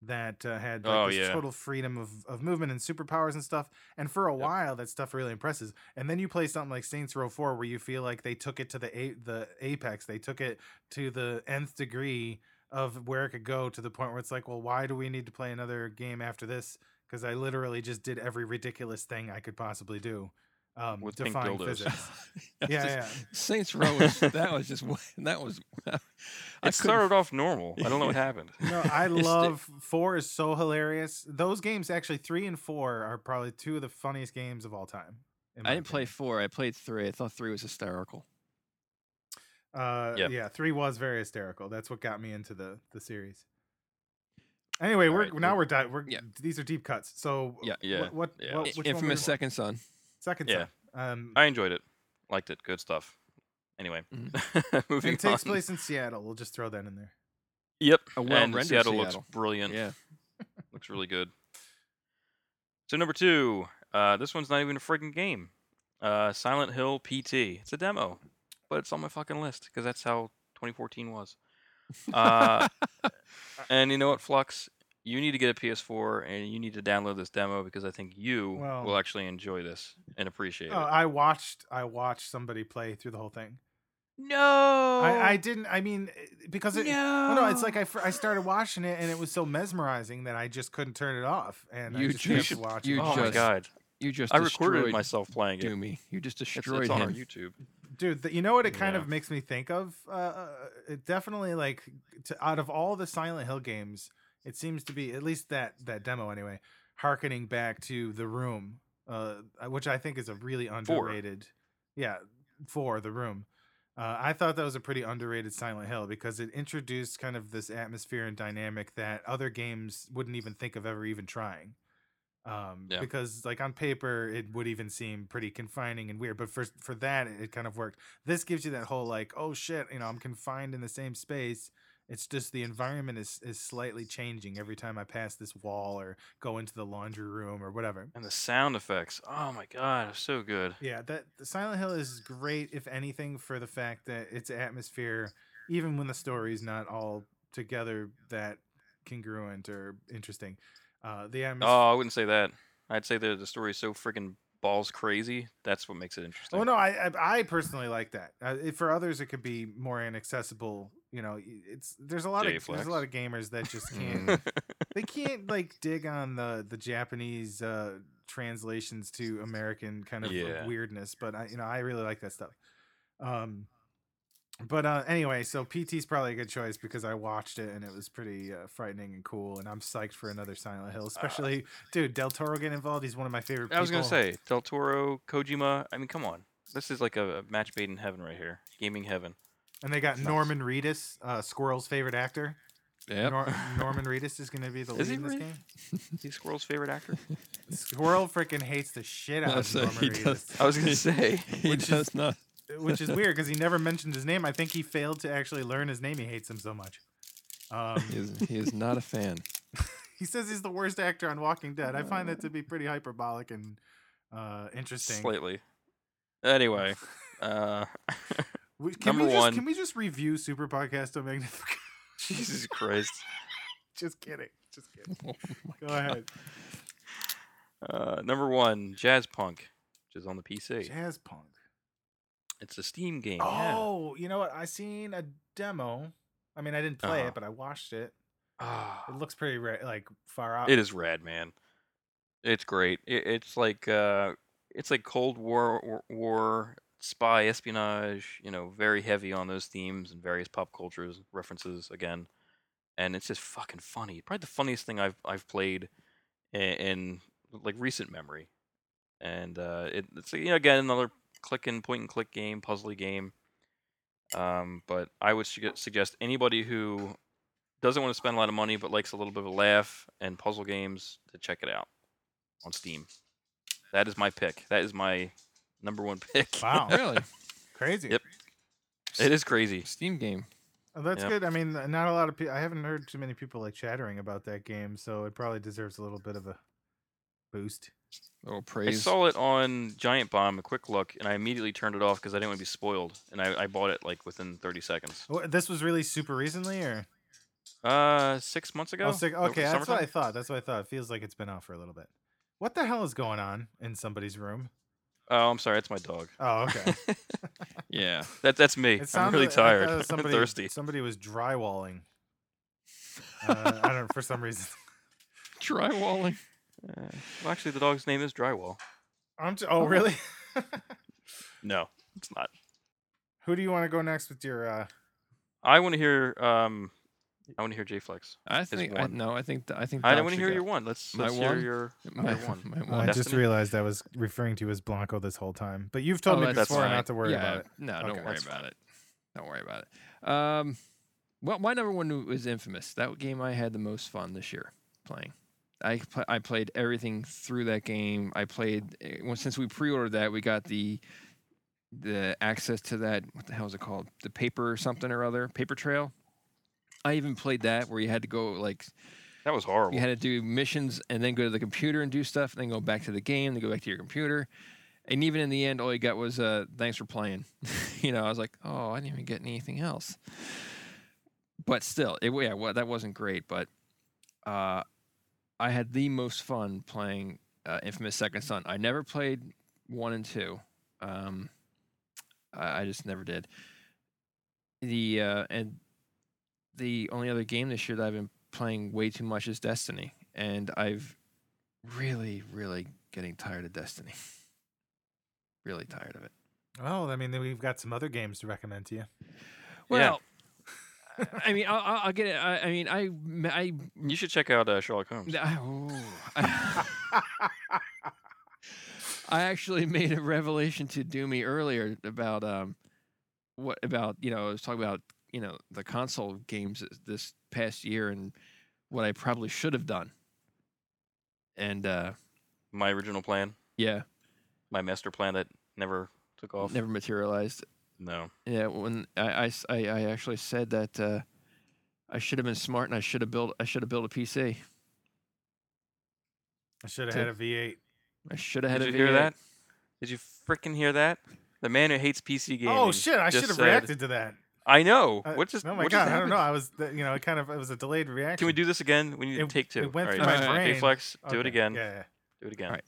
that uh, had like,
Oh,
this
yeah.
total freedom of, of movement and superpowers and stuff. And for a
Yep.
while, that stuff really impresses. And then you play something like Saints Row 4, where you feel like they took it to the a- the apex. They took it to the nth degree of where it could go to the point where it's like, well, why do we need to play another game after this? Because I literally just did every ridiculous thing I could possibly do. Um,
With pink
defying
dildos.
physics.
That's
Yeah,
just-
yeah.
Saints Row was that was just wa- that was. I couldn't-
It started off normal. I don't know what happened.
No, I
It's the-
love four is so hilarious. Those games actually three and four are probably two of the funniest games of all time. in
I
my
didn't play
opinion.
four. I played three. I thought three was hysterical.
Uh,
Yeah.
yeah, three was very hysterical. That's what got me into the the series. Anyway,
All
we're
right,
now
we-
we're di- we're
yeah.
these are deep cuts. So
Yeah.
Yeah.
what what,
Yeah.
what
I-
which one
Infamous
were-
Second Son.
second
Yeah.
son. Um,
I enjoyed it. Liked it. Good stuff. Anyway, moving
Mm-hmm. it takes
on.
place in Seattle. We'll just throw that in there.
Yep.
A well
and
rendered
Seattle,
Seattle.
looks brilliant.
Yeah.
Looks really good. So number two, uh, this one's not even a friggin' game. Uh, Silent Hill PT. It's a demo, but it's on my fucking list because that's how 2014 was. Uh, and you know what, Flux? You need to get a PS4 and you need to download this demo because I think you
Well-
will actually enjoy this and appreciate
Oh,
it.
I watched I watched somebody play through the whole thing.
no, Oh.
I, I didn't. I mean, eh, because it,
no.
Well, no, it's like I, fir- I started watching it and it was so mesmerizing that I just couldn't turn it off, and I
You
just
ju-
kept
should-
watching.
you
it.
Oh my
just-
god!
You just
I
destroyed
recorded myself playing it.
Doomy. You just
It's,
destroyed
it's on our
him.
YouTube.
dude the, you know what it kind
Yeah.
of makes me think of uh, uh, it definitely like to, out of all the silent hill games it seems to be at least that that demo anyway harkening back to the room uh, which i think is a really underrated yeah for the room uh, i thought that was a pretty underrated silent hill because it introduced kind of this atmosphere and dynamic that other games wouldn't even think of ever even trying um
Yeah.
because like on paper it would even seem pretty confining and weird but for for that it, it kind of worked this gives you that whole like oh shit you know i'm confined in the same space it's just the environment is is slightly changing every time i pass this wall or go into the laundry room or whatever
And the sound effects. Oh my god, it's so good.
yeah that the silent hill is great if anything for the fact that its atmosphere even when the story's not all together that congruent or interesting uh the atmosphere
Oh, I wouldn't say that. I'd say that the story is so freaking balls crazy. That's what makes it interesting.
Well, Oh, no, I I, I personally like that. Uh, it- for others, it could be more inaccessible. You know, y- it's there's a lot of
J-Flex.
there's a lot of gamers that just
Mm.
can't they can't like dig on the the Japanese uh, translations to American kind of uh,
Yeah.
weirdness. But I you know I really like that stuff. Um, but uh, anyway, so PT's probably a good choice because I watched it and it was pretty uh, frightening and cool, and I'm psyched for another Silent Hill. Especially, dude, Del Toro getting involved. He's one of my favorite.
Ah. I was gonna
people.
say Del Toro, Kojima. I mean, come on. This is like a, a match made in heaven right here. Gaming heaven.
And they got
Nice.
Norman Reedus, uh, Squirrel's favorite actor.
Yep.
Nor- Norman Reedus is going to be the
Is
lead
he
in this
really?
game.
Is he Squirrel's favorite actor?
Squirrel freaking hates the shit out
No,
of
so
Norman
he does.
Reedus,
I was gonna say.
He
Which is-
does not.
which is weird because he never mentioned his name. I think he failed to actually learn his name. He hates him so much. Um,
He is, he is not a fan.
he says he's the worst actor on Walking Dead. I find that to be pretty hyperbolic and uh, interesting.
Slightly. Anyway, uh,
We- can
Number
we just,
one.
Can we just review Super Podcasto Magnificat?
Jesus Christ.
just kidding. Just kidding.
Oh my
Go
God.
ahead.
Uh, number one, Jazz Punk, which is on the PC.
Jazz punk.
It's a Steam game. yeah.
Oh, you know what? I seen a demo. I mean, I didn't play
Uh-huh.
it, but I watched it.
Ah.
It looks pretty ra- like far out.
It is rad, man. It's great. It, it's like uh, it's like Cold War, war, war, spy, espionage. You know, very heavy on those themes and various pop cultures references again. And it's just fucking funny. Probably the funniest thing I've I've played in, in like recent memory. And uh, it, it's you know again another click and point and click game, puzzly game. Um, but I would suge- suggest anybody who doesn't want to spend a lot of money but likes a little bit of a laugh and puzzle games to check it out on Steam. That is my pick. That is my number one pick.
Wow.
Really?
Crazy.
Yep. It is crazy.
Steam game.
Oh, that's
Yep.
good. I mean, not a lot of people. I haven't heard too many people like chattering about that game, so it probably deserves a little bit of a boost.
Little
I
praise.
saw it on Giant Bomb, a quick look, and I immediately turned it off because I didn't want to be spoiled. And I, I bought it like within 30 seconds.
Wha- Oh, uh, This was released super recently, or
Uh, six months ago.
Oh, sick.
over
okay, that's what I
summertime?
thought. That's what I thought. It feels like it's been out for a little bit. What the hell is going on in somebody's room?
Oh, I'm sorry. It's my dog.
Oh, okay.
yeah.
That that's me. I'm
sounded
really
like- I thought
tired.
it
I'm
was somebody,
thirsty.
Somebody was drywalling. Uh, I don't for some reason.
Drywalling.
Uh, well, actually, the dog's name is Drywall.
I'm j- oh, really?
No, it's not.
Who do you want to go next with your? uh
I want to hear. Um, I want to hear J Flex.
I think. I,
one.
no, I think. th- I think.
I
Dom
want to
should
hear
go.
your one. Let's,
My
let's hear
one?
your
My,
my one.
my
I
one.
just
Destiny?
realized I was referring to you as Blanco this whole time, but you've told
Oh,
me
that's
before
fine.
not to worry
Yeah,
about it.
No,
Okay.
don't worry
That's
about it. Don't worry about it. Um, well, my number one was Infamous. That game I had the most fun this year playing. I pl- I played everything through that game. I played eh, well, since we pre-ordered that we got the the access to that what the hell is it called the paper or something or other paper trail. I even played that where you had to go like
That was horrible.
you had to do missions and then go to the computer and do stuff, and then go back to the game, then go back to your computer. And even in the end, all you got was uh, "thanks for playing." you know, I was like, "Oh, I didn't even get anything else." But still, it yeah, well, that wasn't great. But uh, I had the most fun playing uh, Infamous Second Son. I never played one and two. Um, I, I just never did. The uh, and the only other game this year that I've been playing way too much is Destiny, and I've really, really getting tired of Destiny. really tired of it.
Well, Oh, I mean, then we've got some other games to recommend to you.
Well, I I mean, I'll- I'll, I'll get it. I, I mean, I, I,
you should check out uh, Sherlock Holmes.
I, oh, I, I actually made a revelation to Doomy earlier about um, what about you know I was talking about you know the console games th- this past year and what I probably should have done. And uh,
My original plan,
yeah,
my master plan that never took off.
never materialized.
No.
Yeah, when I, I s- I- I actually said that uh, I should have been smart and I should have built I should have built a PC.
I should have
To-
had a V8.
I should have had
Did
a
you hear
uh,
V8.
that? Did you freaking hear that? The man who hates PC gaming.
Oh shit! I should
just
have
said-
reacted to that.
I know.
Uh,
what just?
oh my
what
god!
Just
I don't know.
happened?
I was, th- you know, it kind of it was a delayed reaction.
Can we do this again? We need
It-
to take two.
it went
All
through
my
all Okay,
brain.
Flex, do it
Okay,
again.
Yeah. yeah.
Do it again.
All right.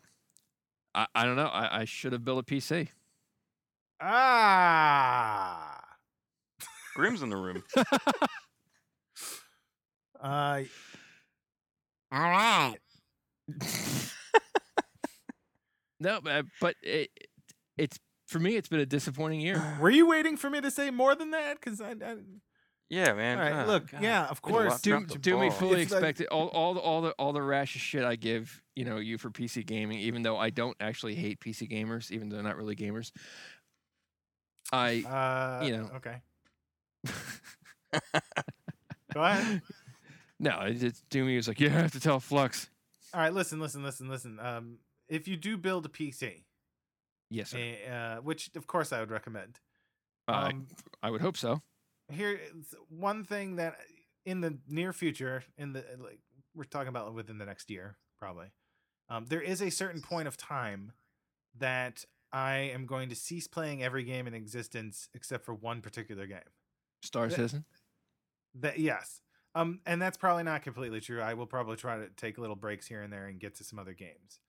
I, I don't know. I, I should have built a PC.
Ah.
Grim's in the room.
Uh,
All right.
no, but, but it, it's for me. It's been a disappointing year.
were you waiting for me to say more than that? Because I, I
Yeah, man.
all right,
Ah,
look,
God.
yeah, of
we had a
course.
lot-
Do,
dropped the
do me
ball.
fully
It's like-
expected all all the all the all the rash of shit I give you know you for PC gaming, even though I don't actually hate PC gamers, even though they're not really gamers. I
Uh,
you know.
Okay. Go ahead.
no, it's just Doomy was like, you have to tell Flux.
All right, listen, listen, listen, listen. Um, if you do build a PC,
Yes, sir.
eh, uh, which of course I would recommend.
I-
Um,
I would hope so.
here is one thing that in the near future in the uh, like we're talking about within the next year probably um, there is a certain point of time that i am going to cease playing every game in existence except for one particular game
Star
Yeah.
Citizen.
that yes um and that's probably not completely true i will probably try to take little breaks here and there and get to some other games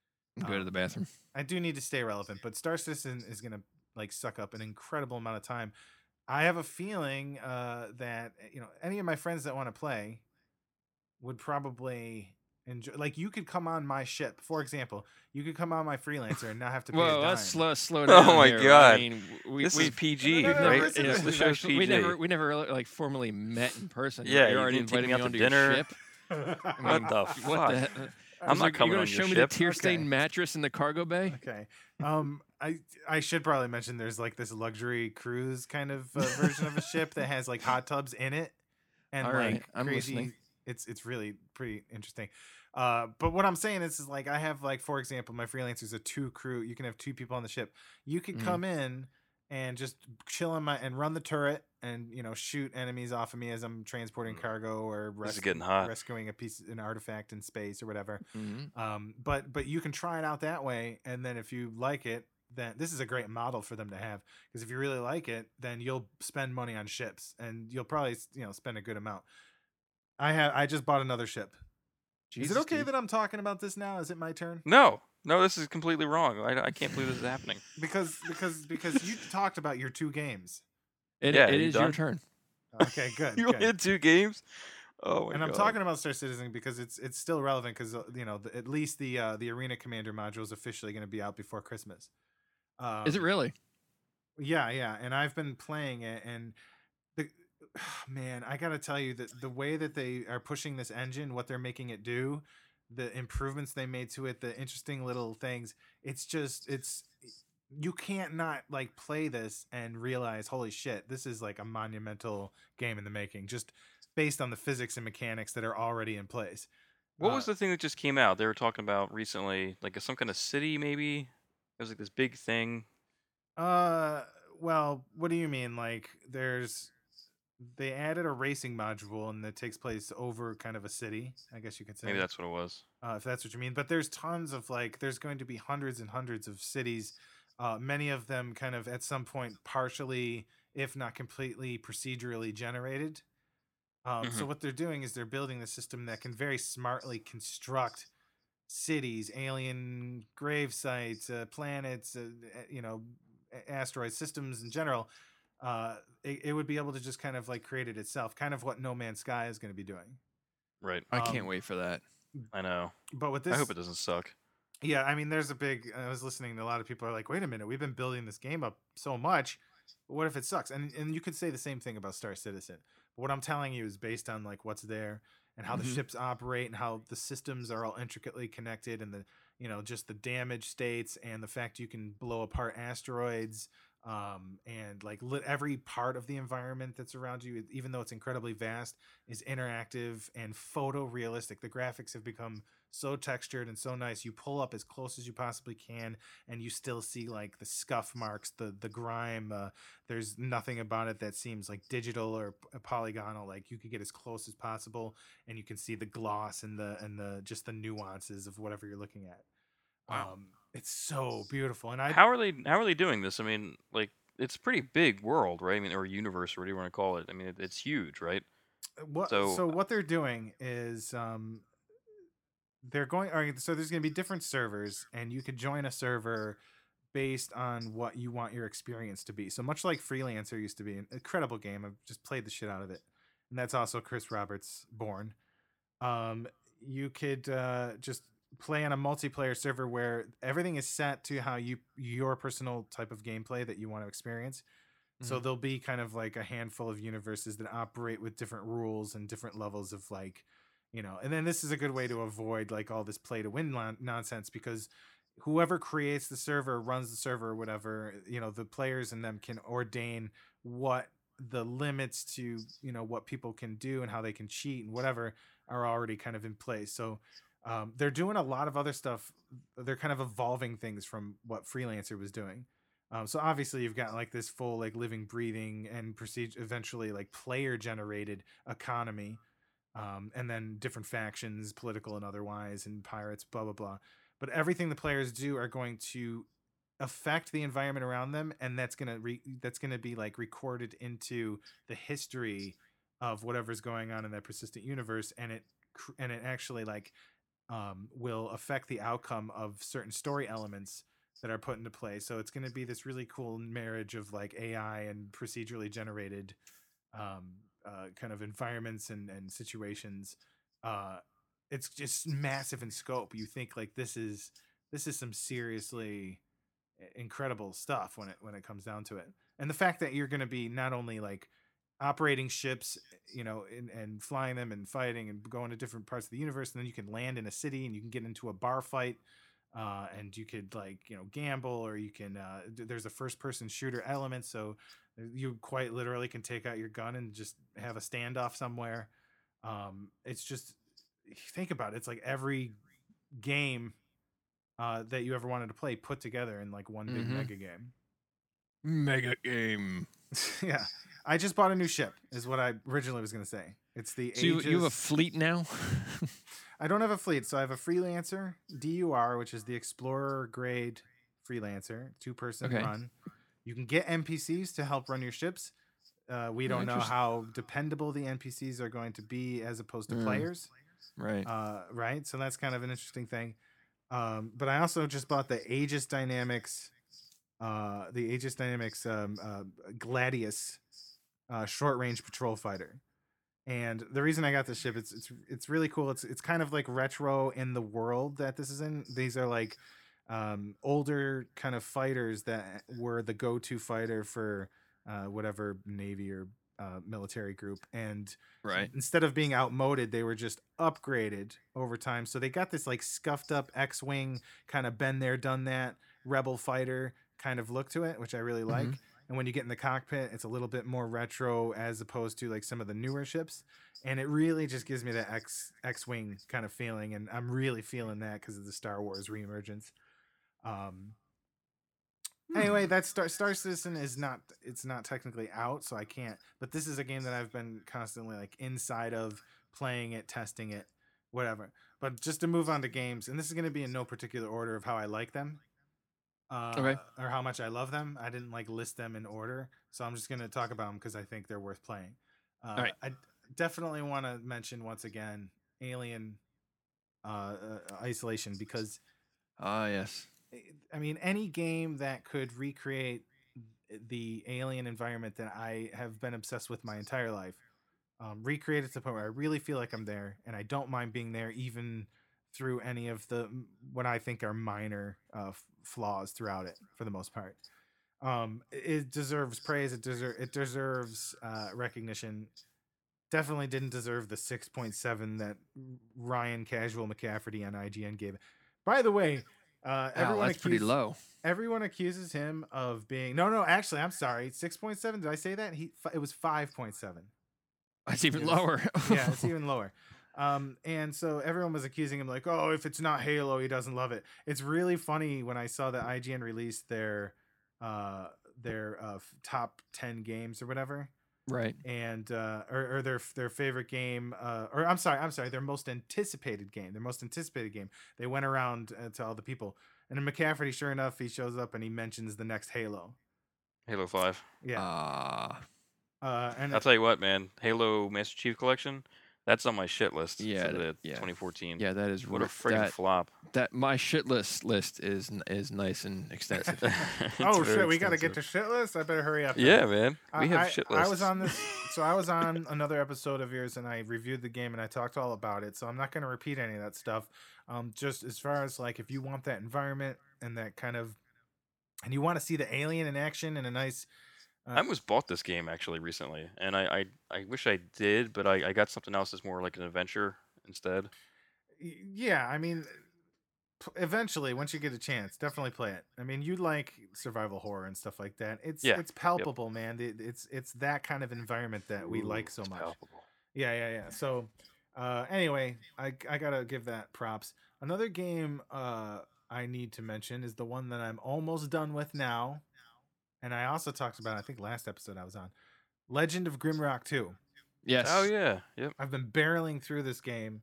Go to
Um,
the bathroom.
I do need to stay relevant, but Star Citizen is gonna like suck up an incredible amount of time. I have a feeling uh, that you know any of my friends that want to play would probably enjoy. Like you could come on my ship, for example. You could come on my freelancer and not have to pay
Well,
a
let's slow
dime.
slow
Oh
down.
my
here. I
God.
mean, w- we,
this
we,
is PG,
No, no, no,
right?
listen, listen,
Yes, the
we've
show's
actually-
PG.
we never we never really, like formally met in person.
Yeah,
you're
you
already
didn't take
inviting
me
me
out
onto
to dinner.
your ship. I mean,
What the fuck?
What the he-
I
It's
was
I'm not
like,
coming
You're
on
to
your
show me the
ship.
tear-stained
Okay.
mattress in the cargo bay?
Okay. Um, I I should probably mention there's like this luxury cruise kind of uh, version of a ship that has like hot tubs in it, and
All
like
right, I'm
crazy.
listening.
It's it's really pretty interesting. Uh, but what I'm saying is, is
Mm-hmm.
like I have like for example, my freelancers a two crew. You can have two people on the ship. You could
Mhm.
come in and just chill in my and run the turret and you know shoot enemies off of me as I'm transporting
Mm.
cargo or
This is
rescu-
getting hot.
rescuing a piece an artifact in space or whatever.
Mm-hmm.
hmm
Um, but but you can try it out that way, and then if you like it, then this is a great model for them to have because if you really like it, then you'll spend money on ships, and you'll probably s- you know spend a good amount. I have I just bought another ship. is it okay that I'm talking about this now? Is it my turn?
No, no, this is completely wrong. I, I can't believe this is happening.
Because because because you talked about your two games.
It,
Yeah,
it
you
is
done?
your turn.
Okay, good.
You
good.
only had two games. Oh my
and
god.
I'm talking about Star Citizen because it's it's still relevant because you know the, at least the uh, the Arena Commander module is officially going to be out before Christmas. Um,
Is it really?
Yeah, yeah. And I've been playing it, and the man, I gotta tell you that the way that they are pushing this engine, what they're making it do, the improvements they made to it, the interesting little things, it's just it's eh, you can't not like play this and realize, holy shit, this is like a monumental game in the making, just based on the physics and mechanics that are already in place.
What
uh,
was the thing that just came out? They were talking about recently, like some kind of city, maybe. It was like this big thing.
Uh, well, what do you mean? Like, there's they added a racing module, and that takes place over kind of a city. I guess you could say
Maybe that's what it was.
uh, if that's what you mean. But there's tons of like, there's going to be hundreds and hundreds of cities. Uh, many of them kind of at some point partially, if not completely, procedurally generated. Um, So
Mm-hmm.
what they're doing is they're building a system that can very smartly construct cities, alien grave sites, uh, planets, uh, uh, you know, a- asteroid systems in general. Uh, it, it would be able to just kind of like create it itself, kind of what No Man's Sky is going to be doing.
Right.
I
Um,
can't wait for that.
I know.
But with this,
I hope it doesn't suck.
Yeah, I mean, there's a big. I was listening to a lot of people are like, "Wait a minute, we've been building this game up so much. What if it sucks?" And and you could say the same thing about Star Citizen. But what I'm telling you is based on like what's there and how the
Mhm.
ships operate and how the systems are all intricately connected and the you know just the damage states and the fact you can blow apart asteroids um, and like lit every part of the environment that's around you, even though it's incredibly vast, is interactive and photorealistic. The graphics have become so textured and so nice. You pull up as close as you possibly can, and you still see like the scuff marks, the the grime. Uh, there's nothing about it that seems like digital or p- uh, polygonal. Like you could get as close as possible, and you can see the gloss and the and the just the nuances of whatever you're looking at.
Wow.
Um, it's so beautiful, and I
how are they? How are they doing this? I mean, like it's a pretty big world, right? I mean, or universe, or whatever you want to call it. I mean, it, it's huge, right?
what so,
So-
what they're doing is um they're going all right, so there's going to be different servers and you could join a server based on what you want your experience to be so much like freelancer used to be an incredible game i've just played the shit out of it and that's also chris roberts born um you could uh just play on a multiplayer server where everything is set to how you your personal type of gameplay that you want to experience so
Mhm.
there'll be kind of like a handful of universes that operate with different rules and different levels of like, you know. And then this is a good way to avoid like all this play to win lon- nonsense because whoever creates the server, runs the server, or whatever, you know, the players and them can ordain what the limits to, you know, what people can do and how they can cheat and whatever are already kind of in place. So um, they're doing a lot of other stuff. They're kind of evolving things from what Freelancer was doing. Um, so obviously you've got like this full like living, breathing, and procedure eventually like player generated economy, um, and then different factions, political and otherwise, and pirates, blah blah blah. But everything the players do are going to affect the environment around them, and that's gonna re- that's gonna be like recorded into the history of whatever's going on in that persistent universe, and it cr- and it actually like um, will affect the outcome of certain story elements that are put into play. So it's going to be this really cool marriage of like AI and procedurally generated um, uh, kind of environments and, and situations. Uh, it's just massive in scope. You think like this is this is some seriously i- incredible stuff when it when it comes down to it. And the fact that you're going to be not only like operating ships, you know, and, and flying them and fighting and going to different parts of the universe, and then you can land in a city and you can get into a bar fight uh, and you could like you know gamble or you can uh, d- there's a first person shooter element so uh, you quite literally can take out your gun and just have a standoff somewhere um, it's just think about it it's like every game uh, that you ever wanted to play put together in like one big
Mhm.
mega game
Mega game.
yeah, I just bought a new ship. Is what I originally was going to say. It's the
So you, you have a
Aegis-
fleet now?
I don't have a fleet, so I have a freelancer DUR, which is the explorer grade freelancer, two person
Okay.
run. You can get NPCs to help run your ships. Uh, we
Oh,
don't know
interest-
how dependable the NPCs are going to be as opposed to
Mm.
players,
right.
uh, right? So that's kind of an interesting thing. Um, but I also just bought the Aegis Dynamics, uh, the Aegis Dynamics um, uh, Gladius uh, short range patrol fighter. And the reason I got this ship, it's it's it's really cool. It's it's kind of like retro in the world that this is in. These are like um, older kind of fighters that were the go-to fighter for uh, whatever navy or uh, military group. And
right.
instead of being outmoded, they were just upgraded over time. So they got this like scuffed up X-wing kind of been there, done that rebel fighter kind of look to it, which I really like. And when you get in the cockpit, it's a little bit more retro as opposed to like some of the newer ships. And it really just gives me that X X-wing kind of feeling, and I'm really feeling that because of the Star Wars reemergence. Um, Anyway, that Star Star Citizen is not it's not technically out, so I can't. But this is a game that I've been constantly like inside of playing it, testing it, whatever. But just to move on to games, and this is going to be in no particular order of how I like them, uh,
Okay.
or how much I love them. I didn't like list them in order, so I'm just going to talk about them because I think they're worth playing. Uh,
right.
I definitely want to mention once again Alien uh, uh, Isolation because eh,
Ah, yes.
I mean, any game that could recreate the alien environment that I have been obsessed with my entire life, um, recreate it to the point where I really feel like I'm there, and I don't mind being there, even through any of the what I think are minor uh, f- flaws throughout it, for the most part. Um, it deserves praise. It deserves it deserves uh, recognition. Definitely didn't deserve the six point seven that Ryan Casual McCafferty on IGN gave. it. By the way, uh,
Wow,
everyone
that's pretty
accused-
low.
everyone accuses him of being no no actually i'm sorry 6.7 did i say that he fi- it was 5.7
That's even
Yes.
lower.
yeah it's even lower um and so everyone was accusing him like oh if it's not halo he doesn't love it it's really funny when i saw that ign released their uh their uh f- top 10 games or whatever
right.
and uh, or, or their their favorite game, uh, or I'm sorry, I'm sorry, their most anticipated game, their most anticipated game. They went around uh, to all the people, and then McCafferty, sure enough, he shows up and he mentions the next Halo.
Halo Five.
Yeah,
Ah,
uh, and
I'll tell you what, man. Halo Master Chief Collection. That's on my shit list.
Yeah,
For
that-
the
yeah.
2014.
yeah, that is
What a
r-
freaking
that,
flop.
that my shit list list is n- is nice and extensive.
oh shit, we gotta get to shit list. I better hurry up. then.
Yeah, man. We have
I,
shit
I
lists.
was on this, so I was on another episode of yours, and I reviewed the game and I talked all about it. So I'm not going to repeat any of that stuff. Um, just as far as like if you want that environment and that kind of, and you want to see the alien in action and a nice, uh,
I almost bought this game actually recently, and I I, I wish I did, but I, I got something else that's more like an adventure instead.
y- yeah, I mean, p- eventually once you get a chance, definitely play it. I mean, you like survival horror and stuff like that. It's
Yeah,
it's palpable, man. It, it's it's that kind of environment that we
Ooh,
like so
it's
much.
palpable.
Yeah, yeah, yeah. So, uh, anyway, I I gotta give that props. Another game uh I need to mention is the one that I'm almost done with now, and I also talked about. I think last episode I was on Legend of Grimrock Two.
yes.
Oh yeah, yep.
I've been barreling through this game.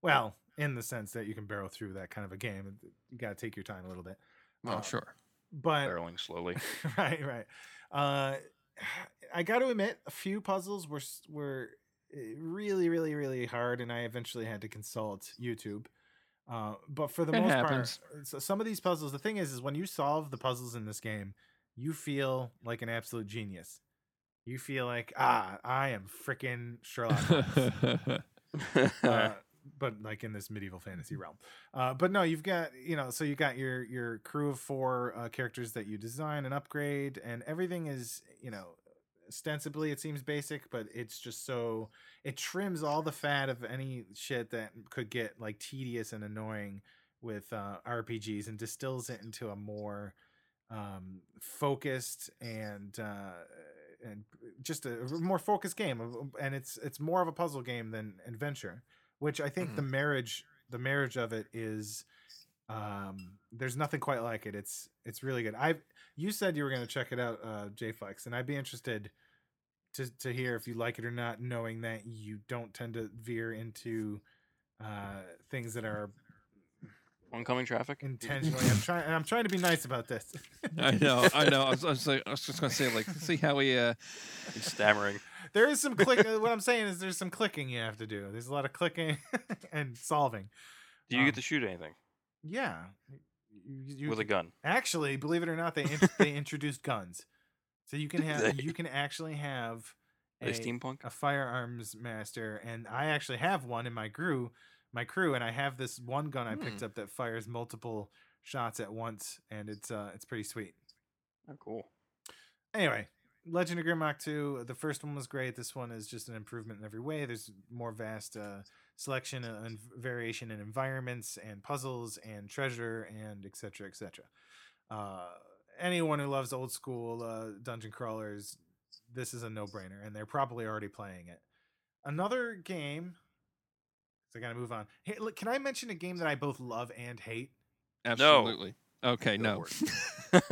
Well, in the sense that you can barrel through that kind of a game, you gotta take your time a little bit.
Oh
Um,
sure.
But
Barreling slowly.
right, right. Uh, I got to admit, a few puzzles were s- were eh, really, really, really hard, and I eventually had to consult YouTube. Uh, but for the
It
most
happens.
part, uh, so some of these puzzles. The thing is, is when you solve the puzzles in this game, you feel like an absolute genius. You feel like ah, I am freaking Sherlock Holmes uh, but like in this medieval fantasy realm. Uh, but no, you've got you know, so you got your your crew of four uh, characters that you design and upgrade, and everything is you know, ostensibly it seems basic, but it's just so it trims all the fat of any shit that could get like tedious and annoying with uh, RPGs and distills it into a more um, focused and uh, and just a more focused game, of- and it's it's more of a puzzle game than adventure, which I think the marriage the marriage of it is Um, there's nothing quite like it. It's it's really good. I've you said you were going to check it out, uh, JFlex, and I'd be interested to to hear if you like it or not, knowing that you don't tend to veer into uh, things that are
Oncoming traffic.
intentionally. I'm trying. I'm trying to be nice about this.
I know, I know. I was, I was, like, I was just gonna say, like, see how we. Uh,
He's stammering.
there is some click. uh, what I'm saying is there's some clicking you have to do. There's a lot of clicking and solving.
Do you
Um,
get to shoot anything
Yeah. You- you
with a
can-
gun?
actually, believe it or not, they in- they introduced guns, so you can
Did
have
they?
you can actually have
Are
a,
they steampunk?
a firearms master, and I actually have one in my crew, my crew, and I have this one gun I
Hmm.
picked up that fires multiple shots at once, and it's uh it's pretty sweet.
Oh, cool.
Anyway, Legend of Grimlock 2, the first one was great. This one is just an improvement in every way. There's more vast uh, selection and variation in environments and puzzles and treasure and et cetera, et cetera. Uh, anyone who loves old school uh, dungeon crawlers, this is a no brainer, and they're probably already playing it. Another game. So I gotta move on. Hey, look, can I mention a game that I both love and hate?
absolutely. Okay,
Go
no.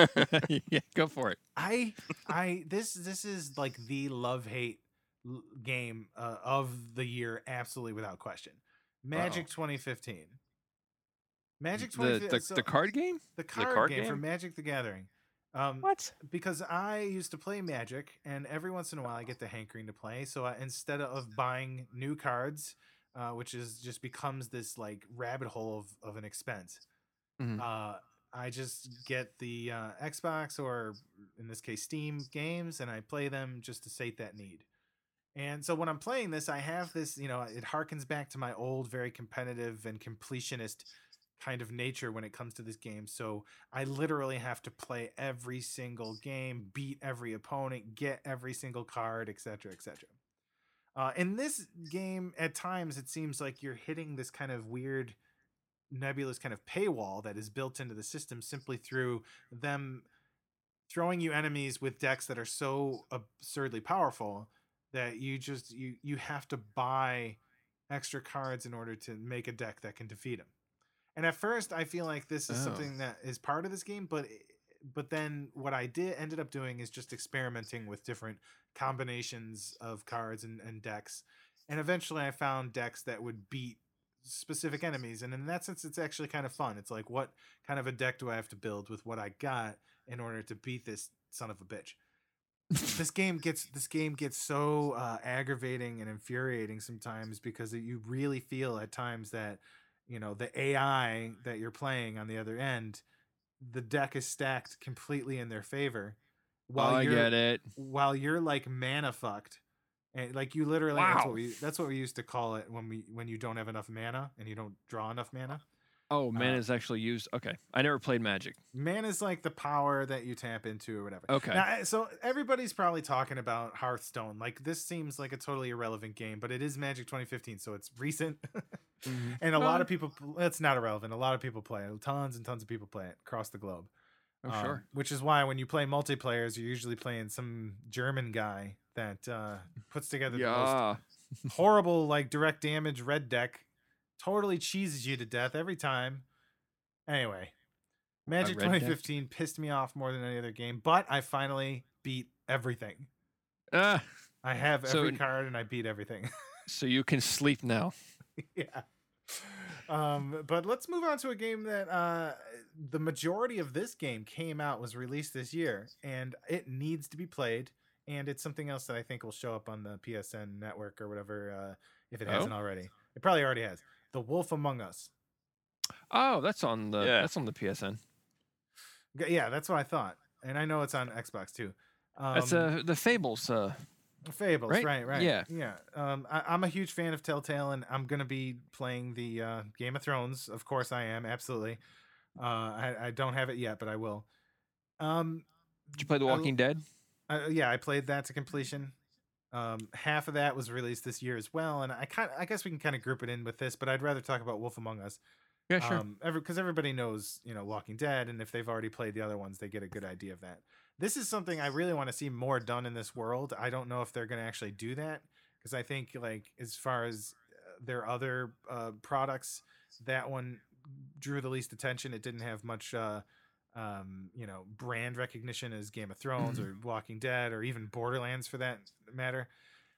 yeah, go for it.
I I this this is like the love hate game uh, of the year, absolutely without question. Magic 2015. Magic
The
2015.
the,
so
the card game.
the card,
card
game, for
game?
Magic the Gathering. Um,
What?
because I used to play Magic, and every once in a while I get the hankering to play. So I, instead of buying new cards, uh, which is just becomes this like rabbit hole of, of an expense,
Mm-hmm.
Mhm.
uh, I just get the uh, Xbox or in this case Steam games, and I play them just to sate that need. And so when I'm playing this, I have this, you know, it harkens back to my old, very competitive and completionist kind of nature when it comes to this game. So I literally have to play every single game, beat every opponent, get every single card, etc., etc. Uh, in this game, at times it seems like you're hitting this kind of weird, nebulous kind of paywall that is built into the system simply through them throwing you enemies with decks that are so absurdly powerful that you just you you have to buy extra cards in order to make a deck that can defeat them. And at first, I feel like this is
Oh.
something that is part of this game, but but then what I did ended up doing is just experimenting with different combinations of cards and, and decks, and eventually I found decks that would beat specific enemies. And in that sense, it's actually kind of fun. It's like what kind of a deck do I have to build with what I got in order to beat this son of a bitch? this game gets this game gets so uh, aggravating and infuriating sometimes because you really feel at times that you know the AI that you're playing on the other end, the deck is stacked completely in their favor. While
Oh, I
you're,
get it.
while you're like mana fucked, and like you literally that's
Wow.
what we that's what we used to call it when we when you don't have enough mana and you don't draw enough mana.
Oh, man,
Uh,
is actually used. Okay, I never played Magic.
Mana is like the power that you tap into or whatever.
Okay,
Now, I- so everybody's probably talking about Hearthstone. Like this seems like a totally irrelevant game, but it is Magic 2015, so it's recent.
Mhm.
and a lot
Well-
of people that's not irrelevant. A lot of people play it. Tons and tons of people play it across the globe.
oh
Um,
sure.
Which is why when you play multiplayers, you're usually playing some German guy that uh, puts together the
Yeah,
most horrible like direct damage red deck, totally cheeses you to death every time. Anyway, Magic
red deck?
2015 pissed me off more than any other game, but I finally beat everything.
ah,
I have
So
every
in-
card and I beat everything.
so you can sleep now.
yeah. Um, but let's move on to a game that uh, the majority of this game came out was released this year, and it needs to be played. And it's something else that I think will show up on the PSN network or whatever uh, if it
Oh?
hasn't already. It probably already has. The Wolf Among Us.
Oh, that's on the
Yeah.
that's on the PSN.
G- Yeah, that's what I thought, and I know it's on Xbox too. Um,
That's uh the Fables. Uh,
Fables,
right?
right? right,
Yeah.
yeah. Um, I, I'm a huge fan of Telltale, and I'm gonna be playing the uh, Game of Thrones. Of course, I am absolutely. Uh, I, I don't have it yet, but I will. Um,
did you play The
I-
Walking Dead?
I, uh, yeah, I played that to completion. Um, half of that was released this year as well, and I kind I guess we can kind of group it in with this, but I'd rather talk about Wolf Among Us.
Yeah, sure.
Um, every because everybody knows you know Walking Dead, and if they've already played the other ones, they get a good idea of that. This is something I really want to see more done in this world. I don't know if they're going to actually do that because I think like as far as uh, their other uh, products, that one drew the least attention. It didn't have much, uh, um, you know, brand recognition as Game of Thrones or
Mm-hmm.
Walking Dead or even Borderlands for that matter.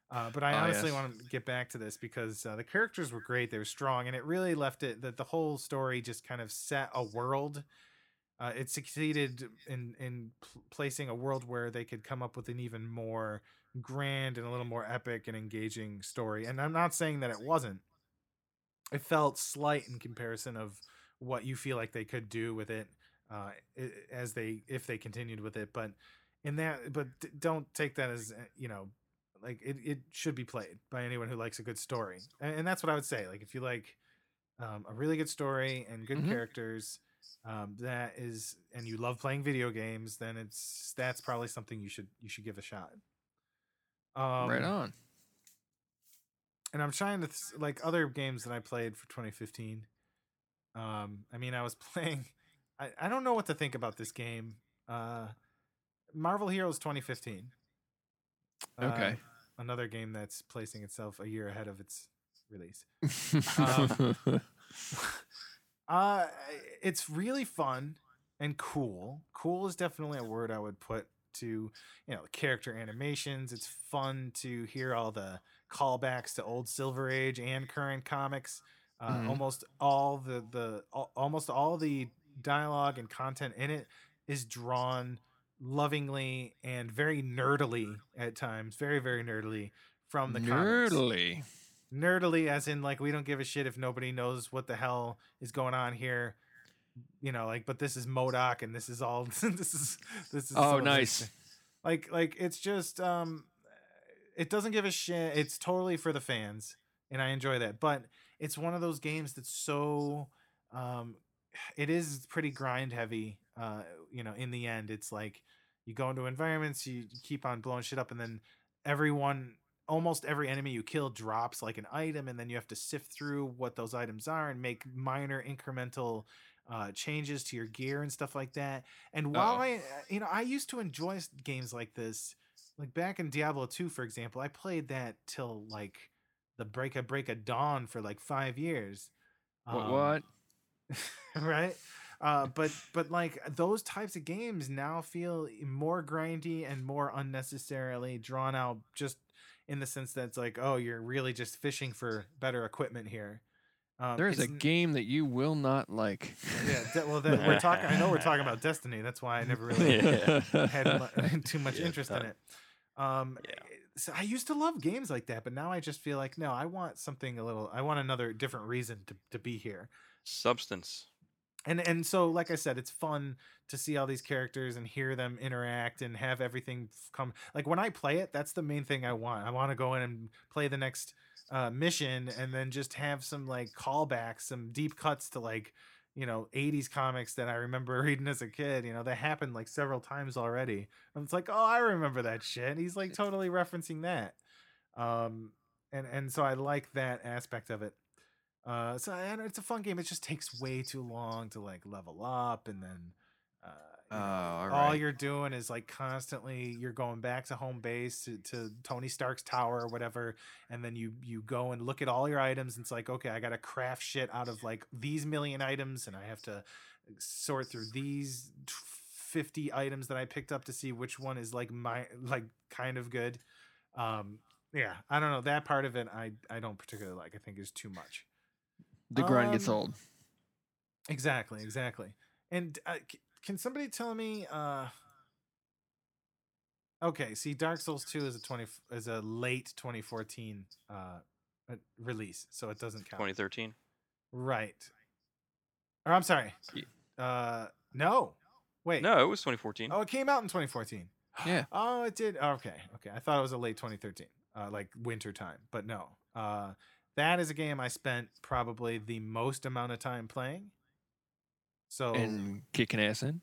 Uh, but I
Oh,
honestly
yes.
want to get back to this because uh, the characters were great. They were strong, and it really left it that the whole story just kind of set a world. Uh, it succeeded in in pl- placing a world where they could come up with an even more grand and a little more epic and engaging story. And I'm not saying that it wasn't. It felt slight in comparison of what you feel like they could do with it uh, i- as they if they continued with it. But in that, but d- don't take that as uh, you know, like it, it should be played by anyone who likes a good story, and, and that's what I would say. Like if you like um, a really good story and good
Mhm.
characters. Um, that is, and you love playing video games, then it's that's probably something you should you should give a shot. Um,
right on.
and I'm trying to th- like other games that I played for 2015. Um, I mean, I was playing. I, I don't know what to think about this game. Uh, Marvel Heroes 2015. Uh,
Okay.
another game that's placing itself a year ahead of its release. um, Uh, it's really fun and cool. Cool is definitely a word I would put to you know character animations. It's fun to hear all the callbacks to old Silver Age and current comics. Uh,
Mhm.
Almost all the the al- almost all the dialogue and content in it is drawn lovingly and very nerdily at times, very very nerdily from um, the comics
Nerdily.
nerdily as in like we don't give a shit if nobody knows what the hell is going on here you know like but this is modoc and this is all this is this is
Oh,
someone's
nice.
ex- like like it's just um it doesn't give a shit it's totally for the fans and i enjoy that but it's one of those games that's so um it is pretty grind heavy uh you know in the end it's like you go into environments you keep on blowing shit up and then everyone almost every enemy you kill drops like an item and then you have to sift through what those items are and make minor incremental uh, changes to your gear and stuff like that and while
Uh-oh.
i uh, you know i used to enjoy s- games like this like back in diablo 2 for example i played that till like the break a break of dawn for like five years
What?
Um,
what?
right uh but but like those types of games now feel e, more grindy and more unnecessarily drawn out just in the sense that it's like oh you're really just fishing for better equipment here um,
There's a
it's n-
game that you will not like.
yeah de- well that, we're talking i know we're talking about destiny that's why i never really had mu- too much
Yeah,
interest in
that-
it. Um,
Yeah.
so I used to love games like that, but now I just feel like no, I want something a little. I want another different reason to, to be here.
Substance.
And and so like I said, it's fun to see all these characters and hear them interact and have everything f- come. Like when I play it, that's the main thing I want. I want to go in and play the next uh, mission and then just have some like callbacks, some deep cuts to like you know 80s comics that I remember reading as a kid. You know that happened like several times already. And it's like, oh, I remember that shit. He's like totally referencing that. Um, and and so I like that aspect of it. Uh, so I, don't- it's a fun game. It just takes way too long to like level up, and then uh,
Oh,
you know,
all
all
right.
you're doing is like constantly you're going back to home base to, to Tony Stark's tower or whatever, and then you you go and look at all your items. And it's like okay, I gotta craft shit out of like these million items, and I have to uh, sort through these t- fifty items that I picked up to see which one is like my like kind of good. Um, yeah, I don't know that part of it. I I don't particularly like. I think is too much.
the grind gets
um,
old.
Exactly, exactly. And uh, c- can somebody tell me? Uh, okay, see, Dark Souls Two is a twenty f- is a late twenty fourteen uh, uh, release, so it doesn't count.
2013.
Right. Or I'm sorry.
Ye-
Uh, no. Wait.
No, it was 2014.
Oh, it came out in 2014.
Yeah.
Oh, it did. Okay. Okay. I thought it was a late 2013, uh, like winter time, but no. Uh, that is a game I spent probably the most amount of time playing. So
And kicking ass in.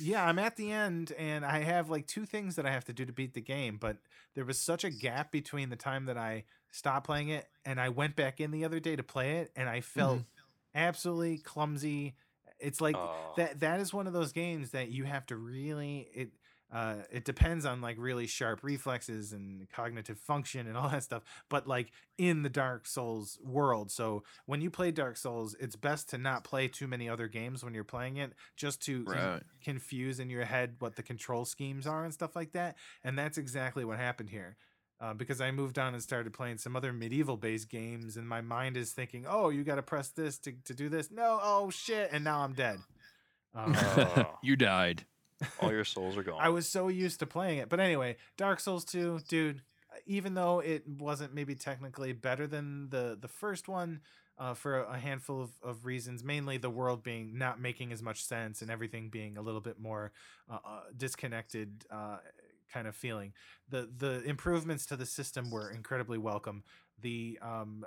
yeah, I'm at the end and I have like two things that I have to do to beat the game, but there was such a gap between the time that I stopped playing it and I went back in the other day to play it and I felt
Mm-hmm.
absolutely clumsy. It's like
Oh.
that that is one of those games that you have to really it uh, it depends on like really sharp reflexes and cognitive function and all that stuff but like in the dark souls world so when you play dark souls it's best to not play too many other games when you're playing it just to con-
Right.
confuse in your head what the control schemes are and stuff like that and that's exactly what happened here uh, because I moved on and started playing some other medieval based games, and my mind is thinking, oh, you got to press this to, to do this. No, oh, shit. And now I'm dead. Um,
Oh,
You died.
all your souls are gone.
I was so used to playing it. But anyway, Dark Souls 2, dude, even though it wasn't maybe technically better than the, the first one uh, for a handful of, of reasons, mainly the world being not making as much sense and everything being a little bit more uh, uh, disconnected uh, kind of feeling. The, the improvements to the system were incredibly welcome. The um,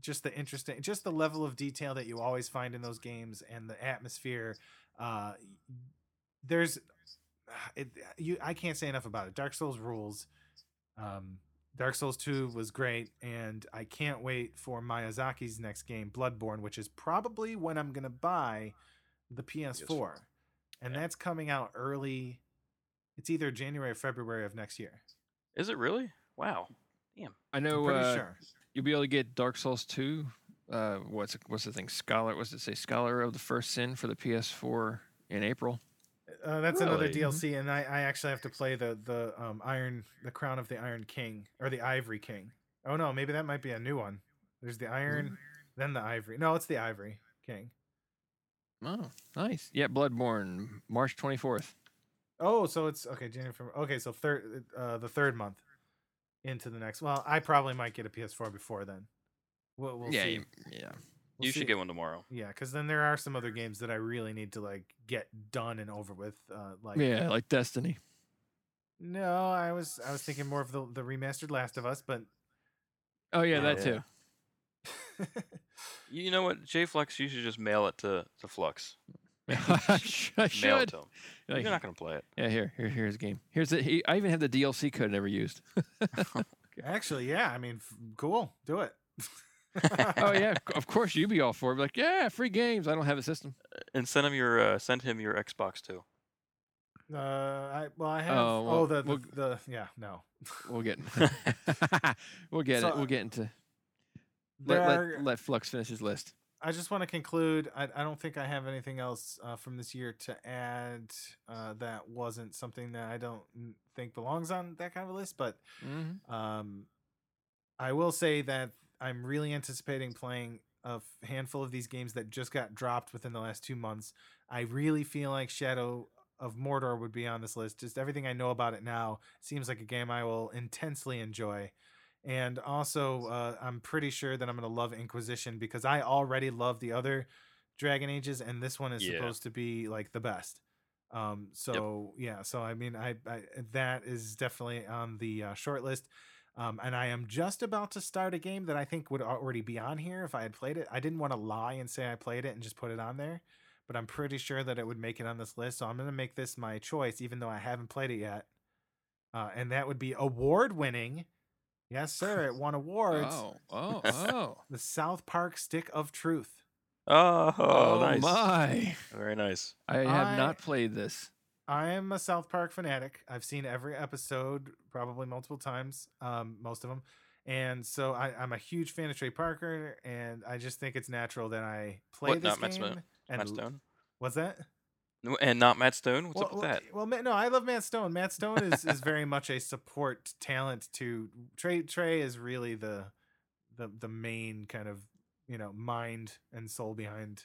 just the interesting, just the level of detail that you always find in those games and the atmosphere. Uh, there's ah, it, you I can't say enough about it. Dark Souls rules. Um, Dark Souls 2 was great, and I can't wait for Miyazaki's next game, Bloodborne, which is probably when I'm gonna buy the PS4. And
Yeah.
that's coming out early. It's either January or February of next year.
Is it really? Wow.
I
I'm
know
pretty
uh,
sure.
you'll be able to get Dark Souls 2. Uh, what's what's the thing? Scholar, what's it say? Scholar of the First Sin for the PS4 in April.
Uh, that's another
Really? Mm-hmm.
DLC, and I, I actually have to play the the um, Iron the Crown of the Iron King or the Ivory King. Oh no, maybe that might be a new one. There's the Iron,
Mm-hmm.
then the Ivory. No, it's the Ivory King.
Oh, nice. Yeah, Bloodborne, March 24th.
Oh, so it's okay. January. February- Okay, so third uh, the third month into the next. Well, I probably might get a PS4 before then. We'll, we'll
yeah,
see.
you- yeah.
We'll
you
see.
should get one tomorrow.
Yeah, because then there are some other games that I really need to like get done and over with. Uh, like
yeah, like Destiny.
No, I was I was thinking more of the the remastered Last of Us, but
Oh, yeah,
Yeah,
that
yeah.
too.
You you know what, J Flux, you should just mail it to, to Flux.
I sh- I
Mail it
should.
to him.
Like,
You're not gonna play it.
yeah, here, here, here's the game. Here's the. He, I even have the DLC code I never used.
actually, yeah. I mean, f- cool. Do it.
oh yeah, of c- of course you'd be all for it. Be like, yeah, free games. I don't have a system.
And send him your uh, send him your Xbox too.
Uh, I well, I have.
Oh,
Oh,
well,
the, the,
we'll-
the yeah, no.
We'll get. we'll get it.
So-
We'll get into.
There
Let,
are-
let, let Flux finish his list.
I just want to conclude. I, I don't think I have anything else uh, from this year to add uh, that wasn't something that I don't n- think belongs on that kind of a list. But
Mhm.
um, I will say that I'm really anticipating playing a f- handful of these games that just got dropped within the last two months. I really feel like Shadow of Mordor would be on this list. Just everything I know about it now seems like a game I will intensely enjoy. And also, uh, I'm pretty sure that I'm going to love Inquisition because I already love the other Dragon Ages, and this one is
Yeah.
supposed to be like the best. Um, so yeah, so I mean, I, I that is definitely on the uh, short list. Um, and I am just about to start a game that I think would already be on here if I had played it. I didn't want to lie and say I played it and just put it on there, but I'm pretty sure that it would make it on this list. So I'm going to make this my choice, even though I haven't played it yet. Uh, and that would be award winning. Yes, sir. It won awards.
Oh, oh, oh.
The South Park Stick of Truth.
Oh,
Oh,
nice.
my!
Very nice.
I have
I-
not played this.
I am a South Park fanatic. I've seen every episode probably multiple times, um, most of them. And so I, I'm a huge fan of Trey Parker, and I just think it's natural that I play
What,
this
not Matt
game.
Stone-
and
Matt
l-
Stone.
What's that?
No, And not Matt Stone? What's
well,
up with
well,
that?
Well, Ma- no, I love Matt Stone. Matt Stone is, is very much a support talent to Trey. Trey is really the the the main kind of you know mind and soul behind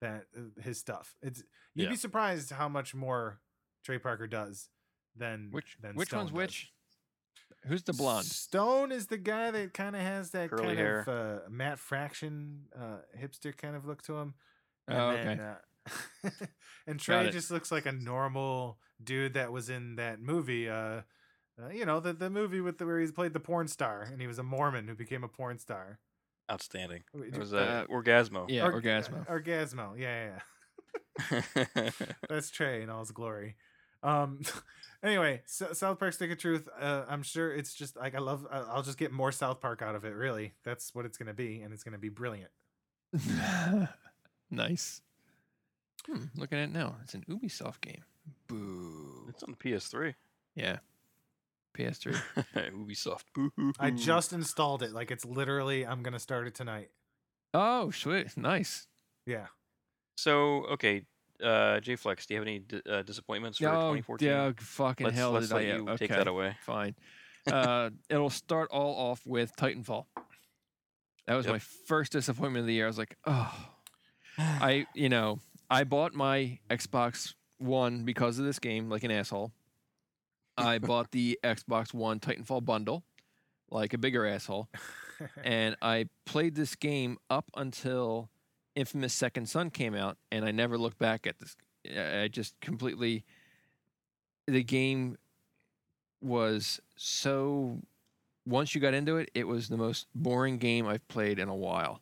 that uh, his stuff. It's you'd
Yeah.
be surprised how much more Trey Parker does than
Which
than
which one's
Stone does.
which? Who's the blonde?
Stone is the guy that kind of has that
Curly
kind
hair.
of uh, Matt Fraction uh, hipster kind of look to him. And
Oh,
then,
okay.
uh, and Trey
it.
just looks like a normal dude that was in that movie. Uh, uh, you know, the, the movie with the, where he played the porn star and he was a Mormon who became a porn star.
Outstanding.
Wait,
It
do-
was uh, Orgasmo.
Yeah,
Org- uh,
Orgasmo.
Orgasmo. Yeah, yeah, yeah. That's Trey in all his glory. Um, anyway, so, South Park Stick of Truth. Uh, I'm sure it's just like I love. I- I'll just get more South Park out of it. Really, that's what it's gonna be, and it's gonna be brilliant.
nice. Hmm, looking at it now. It's an Ubisoft game. Boo.
It's on the PS3.
Yeah. PS3.
Ubisoft. Boo-hoo-hoo.
Hmm.
I just installed it. Like it's literally I'm gonna start it tonight.
oh, sweet. Nice.
Yeah.
So okay, uh, J Flex, do you have any d- uh, disappointments for
Oh,
2014?
yeah, fucking
Let's,
hell
let's
did I
let you
okay,
take that away.
Fine. Uh, it'll start all off with Titanfall. That was
Yep.
my first disappointment of the year. I was like, oh, I, you know, I bought my Xbox One because of this game, like an asshole. I bought the Xbox One Titanfall bundle, like a bigger asshole. and I played this game up until Infamous Second Son came out, and I never looked back at this. I I just completely. The game was so. Once you got into it, it was the most boring game I've played in a while.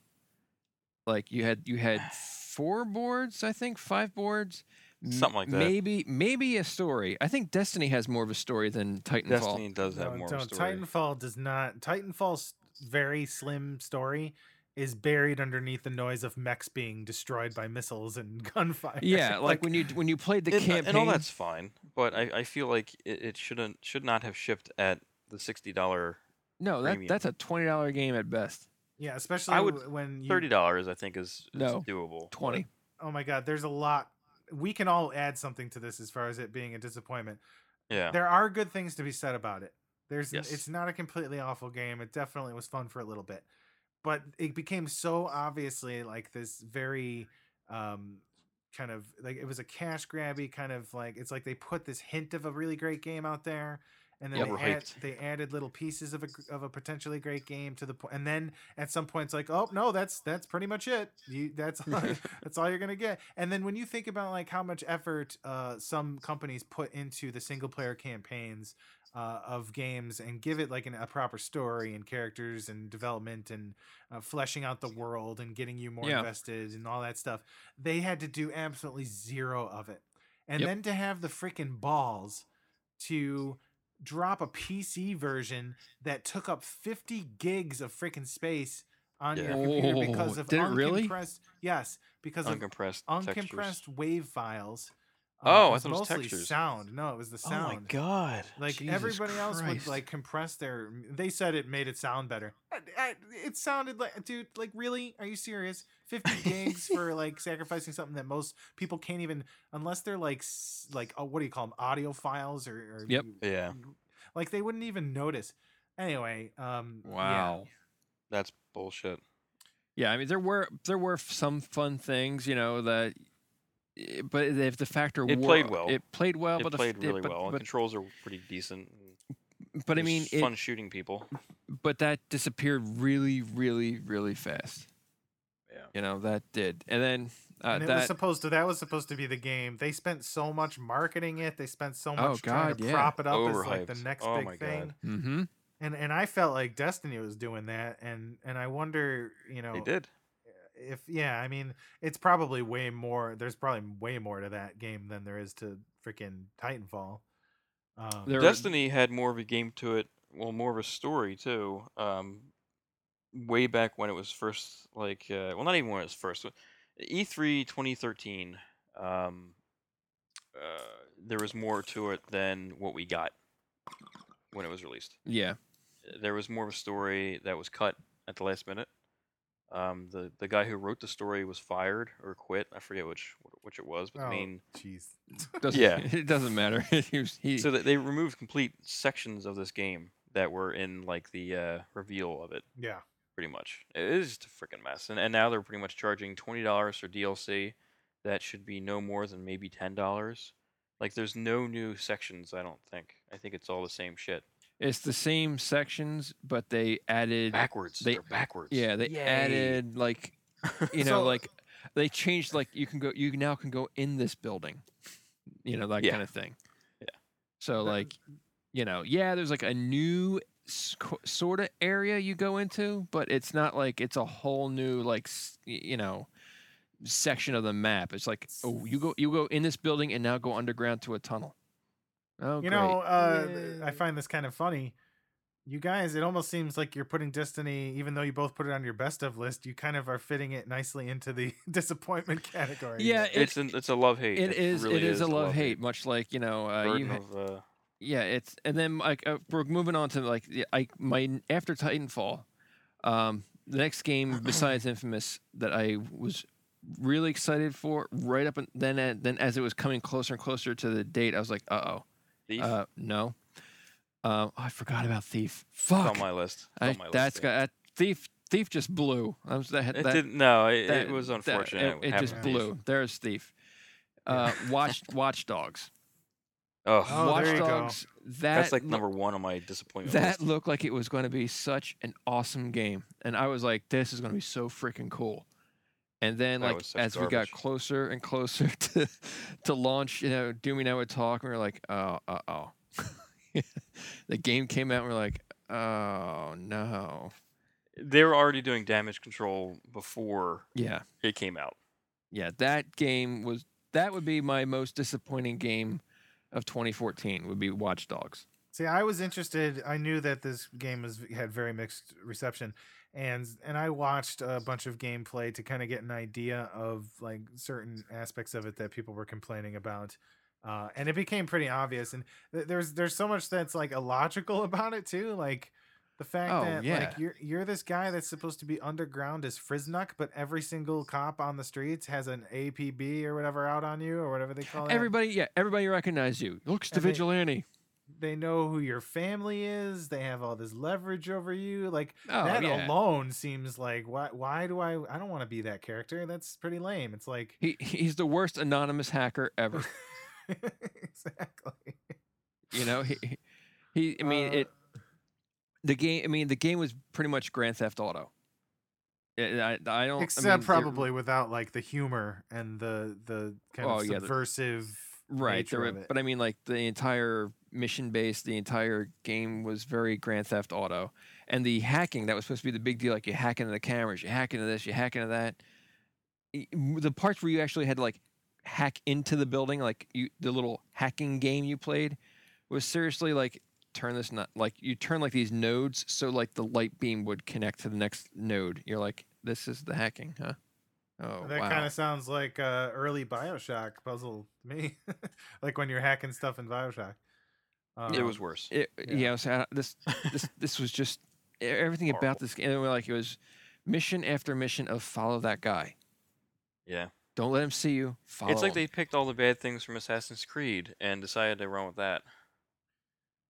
Like you had you had four boards, I think five boards, m-
Something like that.
Maybe maybe a story. I think Destiny has more of a story than Titanfall.
Destiny does have
No,
more of a
don't.
story.
Um, Titanfall does not. Titanfall's very slim story is buried underneath the noise of mechs being destroyed by missiles and gunfire.
Yeah, like, when you when you played the
and,
campaign.
and all that's fine, but I, I feel like it, it shouldn't should not have shipped at the sixty dollar
No, that,
premium.
that's a twenty dollar game at best.
yeah, especially
would-
w- when you,
thirty dollars. I think is, is
No.
doable.
Twenty.
Oh my God, there's a lot. We can all add something to this as far as it being a disappointment.
Yeah,
There are good things to be said about it. There's
Yes.
it's not a completely awful game. It definitely was fun for a little bit. But it became so obviously like this very um kind of like it was a cash grabby kind of like it's like they put this hint of a really great game out there and then
Yeah,
they,
we're
add,
hyped.
they added little pieces of a gr- of a potentially great game to the point and then at some point it's like oh no that's that's pretty much it you that's that's all you're gonna get and then when you think about like how much effort uh, some companies put into the single player campaigns uh, of games and give it like an, a proper story and characters and development and uh, fleshing out the world and getting you more
Yeah.
invested and all that stuff they had to do absolutely zero of it and
Yep.
then to have the freaking balls to drop a pc version that took up 50 gigs of freaking space on your
Yeah.
computer
Oh,
because of
did it really?
uncompressed yes because of
uncompressed. textures.
uncompressed wave files it
Oh, I
was
thought it was
mostly
textures.
sound no it was the sound
Oh my god!
like
Jesus
everybody else would
Christ.
like compress their they said it made it sound better I- I- it sounded like dude like really are you serious 50 gigs for like sacrificing something that most people can't even unless they're like s- like oh, what do you call them audio files or, or
Yep.
Yeah,
like they wouldn't even notice anyway um yeah.
Wow.
that's bullshit.
Yeah. I mean there were there were some fun things, you know, that eh, but if the factor
It
were-
played well.
It played well,
It
but the f-
played
it-
really
but,
well. and
But,
controls are pretty decent.
but I
There's
mean
fun
it,
shooting people.
but that disappeared really, really, really fast.
Yeah.
You know, that did. And then uh,
and it was
that
supposed to that was supposed to be the game they spent so much marketing it they spent so much trying
Oh, God,
to
yeah.
prop it up as like the
Overhyped.
next
Oh
big
my God.
thing
mm-hmm.
and and I felt like Destiny was doing that, and and I wonder, you know,
They did.
if yeah, I mean, it's probably way more. There's probably way more to that game than there is to freaking Titanfall. Um,
There-
Destiny had more of a game to it, well, more of a story too. Um, way back when it was first, like, uh, well, not even when it was first. uh, E3 2013. Um, uh, there was more to it than what we got when it was released.
Yeah.
There was more of a story that was cut at the last minute. Um, the the guy who wrote the story was fired or quit. I forget which which it was, but
oh,
I mean,
jeez,
Doesn't,
Yeah.
It doesn't matter. he was, he,
so that they removed complete sections of this game that were in like the uh, reveal of it
yeah,
pretty much it is just a freaking mess and, and now they're pretty much charging $20 for dlc that should be no more than maybe $10 like there's no new sections i don't think i think it's all the same shit
it's the same sections, but they added
backwards
they-
they, are backwards
Yeah, they
Yay.
added like you know,
So-
like they changed like you can go you now can go in this building. You know, that
Yeah.
kind of thing.
Yeah.
So like, you know, yeah, there's like a new sort of area you go into, but it's not like it's a whole new like s- y- you know section of the map. It's like, oh, you go you go in this building and now go underground to a tunnel. Oh,
you
great.
know, uh, I find this kind of funny. You guys, it almost seems like you're putting Destiny, even though you both put it on your best of list, you kind of are fitting it nicely into the disappointment category.
Yeah, it-
It's an, it's a love hate.
it is
Really
it is, a love, hate,
hate.
much like you know uh, you
Burden
ha-
of, uh,
yeah it's and then like uh, we're moving on to like the- I my after Titanfall, um, the next game besides Infamous that I was really excited for right up and then at, then as it was coming closer and closer to the date I was like uh oh
thief.
uh no, um I forgot about Thief
It's
fuck
on my list. It's
I,
on my list,
that's
yeah.
got that thief. Thief just blew. I was that.
It
that-
didn't. No, it,
that-
it was
that-
unfortunate.
it
happened
just
to Thief.
blew. There's thief. Uh, watch Watch Dogs.
Oh,
Oh,
watch
there you go.
Dogs. That
that's like
loo-
number one on my disappointment
That
list.
looked like it was going to be such an awesome game, and I was like, "This is going to be so freaking cool." And then,
That
like
was such
as we got
garbage.
closer and closer to to launch, you know, Doom and I would talk, and we were like, "Oh, uh oh." the game came out, and we we're like, "Oh no."
They were already doing damage control before
Yeah.
it came out.
yeah, that game was that would be my most disappointing game of 2014 would be Watch Dogs.
See, I was interested. I knew that this game was had very mixed reception, and and I watched a bunch of gameplay to kind of get an idea of like certain aspects of it that people were complaining about, uh, and it became pretty obvious. And th- there's there's so much that's like illogical about it too, like. The fact
Oh,
that
yeah.
like you're you're this guy that's supposed to be underground as Friznuck, but every single cop on the streets has an APB or whatever out on you or whatever they call it
Everybody, yeah, everybody recognize you. Looks to
And they-
vigilante.
they know who your family is they have all this leverage over you like
Oh
that
yeah.
alone seems like why why do i i don't want to be that character that's pretty lame it's like
He, he's the worst anonymous hacker ever.
exactly
You know, he, he- he I mean
Uh,
it. The game. I mean, the game was pretty much Grand Theft Auto. I, I I don't. oh, I
except
mean, it-
probably without like the humor and the the kind
Oh,
of
yeah, the-
subversive
right
nature
there
of
were-
it.
but i mean like the entire mission base the entire game was very grand theft auto and the hacking that was supposed to be the big deal like you hack into the cameras you hack into this you hack into that Y- w- the parts where you actually had to like hack into the building like you the little hacking game you played was seriously like turn this nut like you turn like these nodes so like the light beam would connect to the next node you're like this is the hacking huh oh
that
wow.
kind of sounds like uh early bioshock puzzle to me like when you're hacking stuff in bioshock um,
it was worse.
It,
Yeah.
yeah. I was, uh, this this this was just e- everything about
Horrible.
this game. and we're Like it was mission after mission of follow that guy.
yeah,
Don't let him see you. Follow.
it's like
him.
they picked all the bad things from Assassin's Creed and decided to run with that.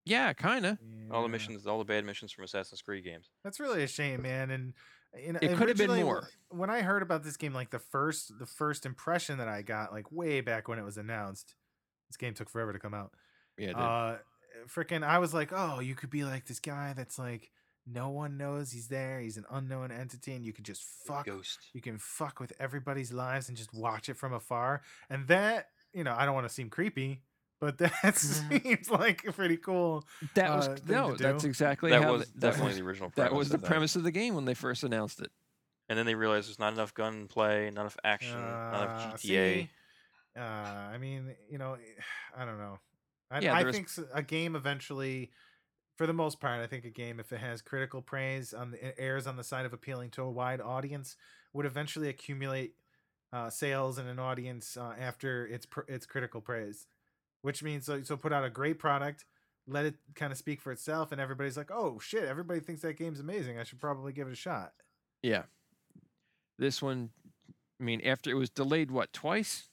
yeah, kind of.
All the
yeah.
missions, all the bad missions from Assassin's Creed games.
That's really a shame, man. And you know,
It could have been
originally,
more.
wh- When I heard about this game, like the first the first impression that I got, like way back when it was announced, this game took forever to come out.
Yeah, dude.
Uh, freaking, I was like, oh, you could be like this guy that's like no one knows he's there. He's an unknown entity, and you could just fuck.
Ghost.
You can fuck with everybody's lives and just watch it from afar. And that, you know, I don't want to seem creepy, but that
Mm-hmm.
seems like pretty cool.
that was
uh, thing to
no. That's
do.
exactly
That
how
was
th- that
definitely
was,
the original. Premise
that was
of
the premise of the game when they first announced it.
And then they realized there's not enough gunplay, not enough action, not
Ah,
enough GTA.
see? uh, I mean, you know, eh, I don't know. I,
Yeah,
I
there is-
think s- a game eventually, for the most part, I think a game if it has critical praise on the it airs on the side of appealing to a wide audience would eventually accumulate uh, sales and an audience uh, after its pr- its critical praise, which means so, so put out a great product. Let it kind of speak for itself, and everybody's like, "Oh shit!" Everybody thinks that game's amazing. I should probably give it a shot.
Yeah. This one, I mean, after it was delayed, what twice?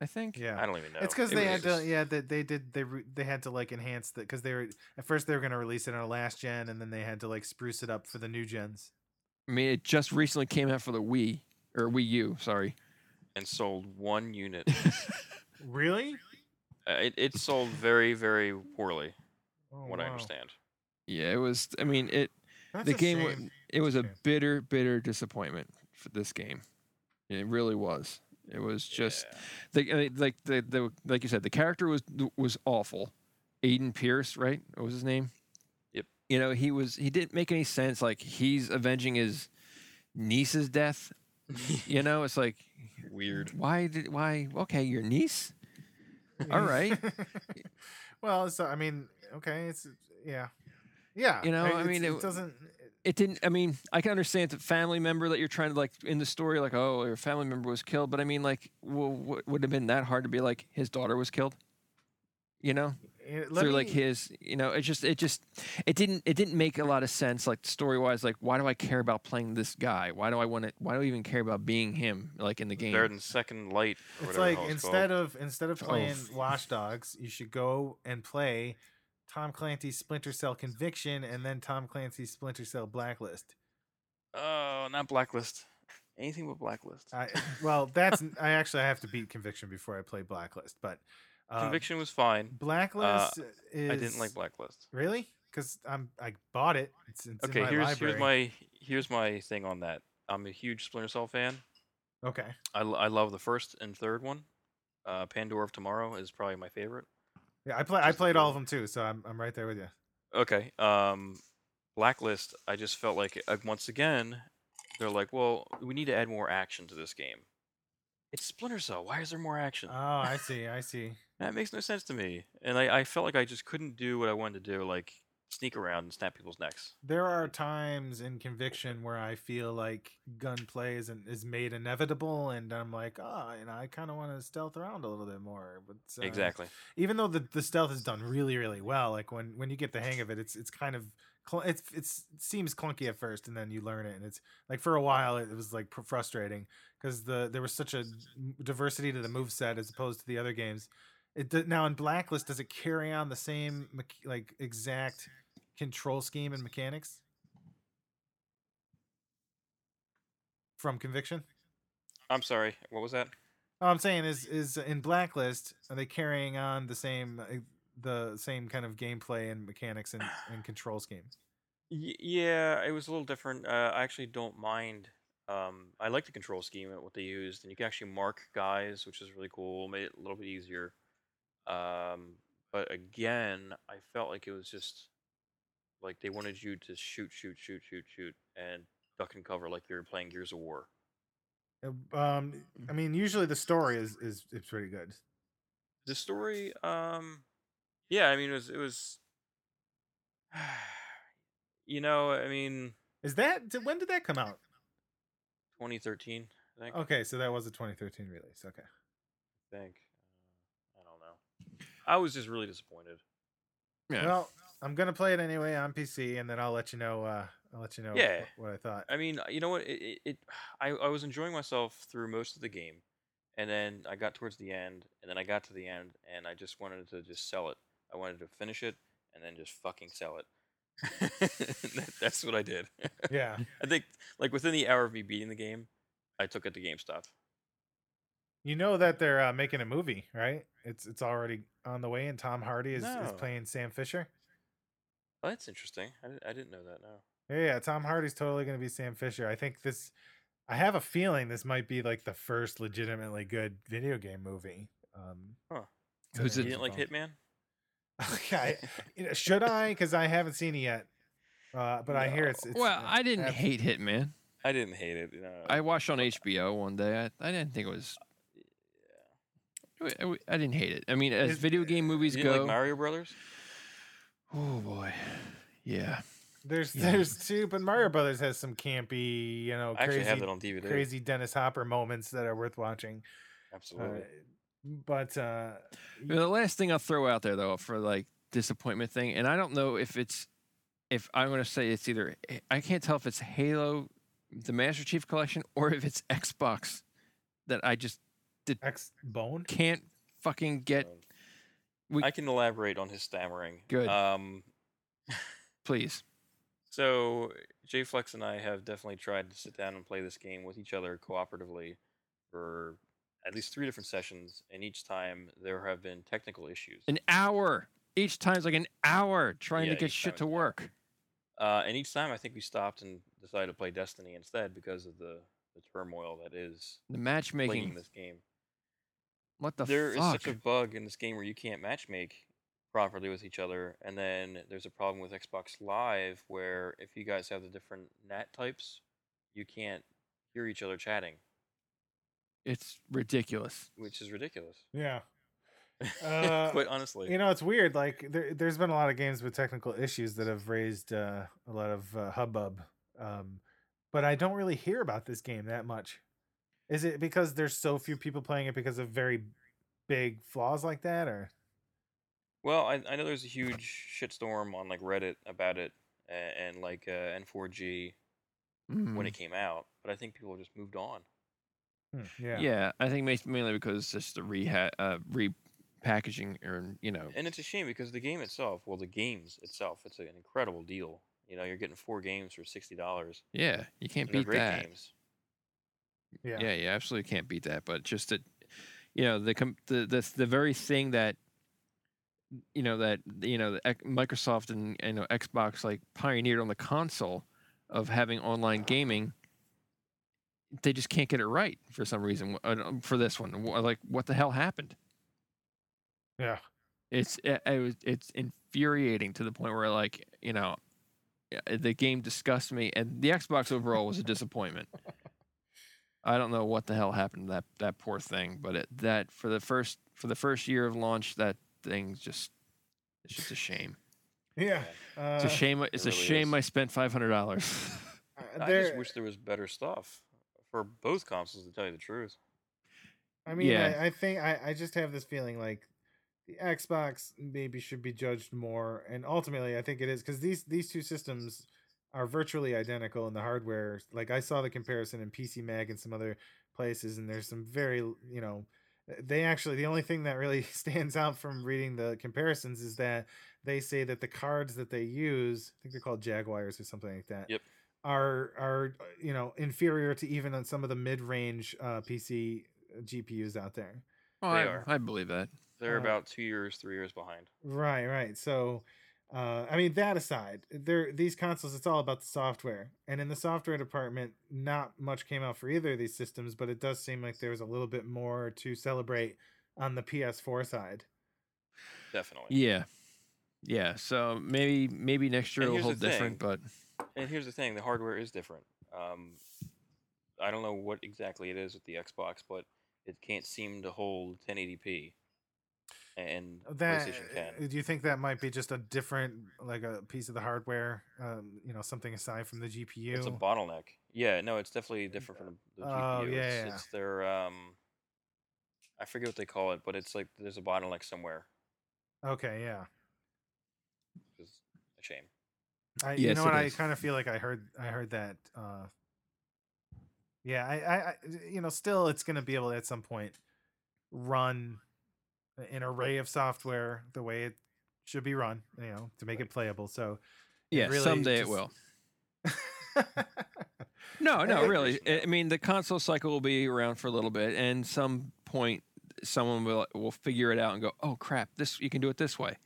I think.
Yeah,
I don't even know.
It's because
It
they
was
had to,
just-
yeah, they, they did, they re- they had to like enhance that because they were at first they were going to release it on a last gen, and then they had to like spruce it up for the new gens.
I mean, it just recently came out for the Wii or Wii U. Sorry.
And sold one unit.
Really?
Uh, it, it sold very, very poorly,
Oh,
from what I
wow.
understand.
Yeah, it was. I mean, it
That's
the
a
game
shame.
wa- it was a
shame.
bitter bitter disappointment for this game it really was it was just
Yeah.
the, I mean, like the, the like you said the character was was awful aiden pierce right what was his name
Yep.
you know he was he didn't make any sense like he's avenging his niece's death you know it's like
weird.
why did why okay your niece all right.
well, so I mean, okay, it's uh, yeah. Yeah.
You know, I
it's-
mean,
it,
it-
doesn't. eh,
it didn't i mean i can understand the family member that you're trying to like in the story like oh your family member was killed but i mean like well what would have been that hard to be like his daughter was killed you know
it- eh, let
through like
me-
his you know it just it just it didn't it didn't make a lot of sense like story wise like why do i care about playing this guy why do i want to why do i even care about being him like in the game
Third and second light.
It's
Or whatever the
like
hell
instead
called.
of instead of
Oh,
playing
f-
Watch Dogs, you should go and play Tom Clancy's Splinter Cell Conviction and then Tom Clancy's Splinter Cell Blacklist.
Oh, not blacklist. Anything but blacklist.
I, well, that's I actually have to beat Conviction before I play Blacklist, but uh,
Conviction was fine.
Blacklist is
I didn't like blacklist.
Really? Because I'm I bought it. It's, it's
Okay,
in my
here's
library.
here's my here's my thing on that. I'm a huge Splinter Cell fan.
okay.
I, l- I love the first and third one. Uh, Pandora of Tomorrow is probably my favorite.
Yeah, I play I
Just
played all of
enjoy
them too, so I'm I'm right there with you.
Okay. Um, Blacklist. I just felt like it- uh, once again they're like, well, we need to add more action to this game. It's Splinter Cell. Why is there more action?
Oh, I see. I see.
that makes no sense to me. And I, I felt like I just couldn't do what I wanted to do, like sneak around and snap people's necks.
There are times in conviction where I feel like gunplay is an, is made inevitable, and I'm like, oh, and I kind of want to stealth around a little bit more. But uh,
Exactly.
even though the, the stealth is done really really well, like when when you get the hang of it, it's it's kind of cl- it's it's it seems clunky at first, and then you learn it, and it's like for a while it was like pr- frustrating because the there was such a m- diversity to the move set as opposed to the other games. It d- now in Blacklist does it carry on the same mech- like exact control scheme and mechanics from Conviction?
I'm sorry. What was that?
All I'm saying is, is in Blacklist, are they carrying on the same, uh, the same kind of gameplay and mechanics and, and control scheme?
Y- yeah, it was a little different. Uh, I actually don't mind. Um, I like the control scheme and what they used, and you can actually mark guys, which is really cool. Made it a little bit easier. Um, but again, I felt like it was just like they wanted you to shoot, shoot, shoot, shoot, shoot, and duck and cover like you were playing Gears of War.
Uh, Um, I mean, usually the story is is, is pretty good.
The story, um, yeah, I mean, it was, it was, you know, I mean,
Is that did- when did that come out?
2013, I think.
Okay, so that was a 2013 release. Okay,
think. Uh, I don't know. I was just really disappointed.
yeah
well, I'm gonna play it anyway on PC, and then I'll let you know. Uh, I'll let you know
Yeah.
wh- what, I thought.
I mean, you know what? It, it, it I, I was enjoying myself through most of the game, and then I got towards the end, and then I got to the end, and I just wanted to just sell it. I wanted to finish it, and then just fucking sell it. That- That's what I did.
yeah,
I think, like within the hour of me beating the game, I took it to GameStop.
you know that they're uh, making a movie, right? It's it's already on the way, and Tom Hardy is, is
No.
playing Sam Fisher.
Oh, that's interesting. I, di- I didn't know that. No.
Yeah, yeah, Tom Hardy's totally going to be Sam Fisher. I think this, I have a feeling this might be like the first legitimately good video game movie. Um,
Huh.
so
Who's
there
it-
You
was
didn't like
involved.
Hitman?
Okay, you know, should I? Because I haven't seen it yet. Uh, but I hear it's, it's
well
uh,
i didn't
ab-
hate hitman
I didn't hate it. You know.
i watched on hbo one day i, I didn't think it was I- I, I didn't hate it i mean as
Is-
video game movies
you
go
didn't like Mario Brothers?
oh boy yeah
There's
Yeah.
there's two, but Mario Brothers has some campy, you
Oh,
know,
I actually
crazy,
have that on DVD.
crazy Dennis Hopper moments that are worth watching. Uh,
Absolutely.
but uh,
You know, the last thing I'll throw out there though for like disappointment thing, and I don't know if it's if I'm gonna say it's either I can't tell if it's Halo, the Master Chief Collection, or if it's Xbox that I just
X Bone.
can't fucking get.
Um,
we-
I can elaborate on his stammering.
Good.
Um,
Please,
so Jay Flex and I have definitely tried to sit down and play this game with each other cooperatively for at least three different sessions, and each time there have been technical issues.
an hour each time's like an hour trying
Yeah,
to get
each
shit
time
to
is an hour.
work.
Uh, and each time, I think we stopped and decided to play Destiny instead because of the, the turmoil that is
The
plaguing
matchmaking,
this game.
what the
There is
fuck?
such a bug in this game where you can't matchmake properly with each other, and then there's a problem with Xbox Live where if you guys have the different NAT types, you can't hear each other chatting,
it's ridiculous.
which is ridiculous.
Yeah. Uh,
Quite honestly.
you know, it's weird. Like there, there's been a lot of games with technical issues that have raised uh, a lot of uh, hubbub, um, but I don't really hear about this game that much. Is it because there's so few people playing it because of very big flaws like that, or
Well, I, I know there's a huge shitstorm on like Reddit about it and, and like uh, N4G
Mm-hmm. Hmm.
when it came out, but I think people have just moved on.
Hmm,
yeah.
yeah,
I think ma- mainly because it's just the reha- uh, repackaging or you know
And it's a shame because the game itself, well, the games itself, it's an incredible deal. You know, you're getting four games for sixty dollars.
yeah you can't beat
great
that
games.
yeah,
yeah. you absolutely can't beat that but just that you know the com- the the, the very thing that you know that you know the Ec- Microsoft and you know Xbox like pioneered on the console of having online gaming they just can't get it right for some reason uh, um, for this one Wh- like what the hell happened
yeah.
it's it, it was it's infuriating to the point where like you know yeah, eh, the game disgusts me and the xbox overall was a disappointment i don't know what the hell happened to that that poor thing but it, that for the first for the first year of launch that thing's just it's just a shame
yeah.
it's
uh,
a shame it's a
really
shame
is.
i spent $500
uh,
I just
there-
wish there was better stuff for both consoles, to tell you the truth.
I mean,
Yeah.
I, I think I, I just have this feeling like the Xbox maybe should be judged more, and ultimately, I think it is because these these two systems are virtually identical in the hardware. Like I saw the comparison in PC Mag and some other places, and there's some very you know they actually the only thing that really stands out from reading the comparisons is that they say that the cards that they use, I think they're called Jaguars or something like that.
Yep.
Are are uh, you know inferior to even on some of the mid range uh, PC GPUs out there.
oh,
They
I,
are.
I believe that
They're
Uh,
about two years, three years behind.
Right, right. So, uh, I mean, that aside, there these consoles, it's all about the software, and in the software department, not much came out for either of these systems, but it does seem like there was a little bit more to celebrate on the PS4 side.
Definitely.
yeah yeah so maybe maybe next year
And
will
here's
hold
the
different but
And here's the thing: the hardware is different. Um, I don't know what exactly it is with the Xbox, but it can't seem to hold 1080p, and
Uh, That
PlayStation can.
do you think that might be just a different, like a piece of the hardware, um, you know, something aside from the GPU?
It's a bottleneck. Yeah, no, it's definitely different from the, the
Oh,
GPU.
yeah,
it's,
yeah.
it's their um, I forget what they call it, but it's like there's a bottleneck somewhere.
okay, yeah.
It's a shame.
I, you
Yes,
know
it
what? I
is.
kind of feel like I heard I heard that. Uh, yeah, I, I, I, you know, still it's going to be able to at some point run an array of software the way it should be run, you know, to make it playable. So
yeah
really
someday
just-
it will No, no,
think-
really. I I mean, the console cycle will be around for a little bit, and some point, someone will will figure it out and go, "Oh crap, this you can do it this way,"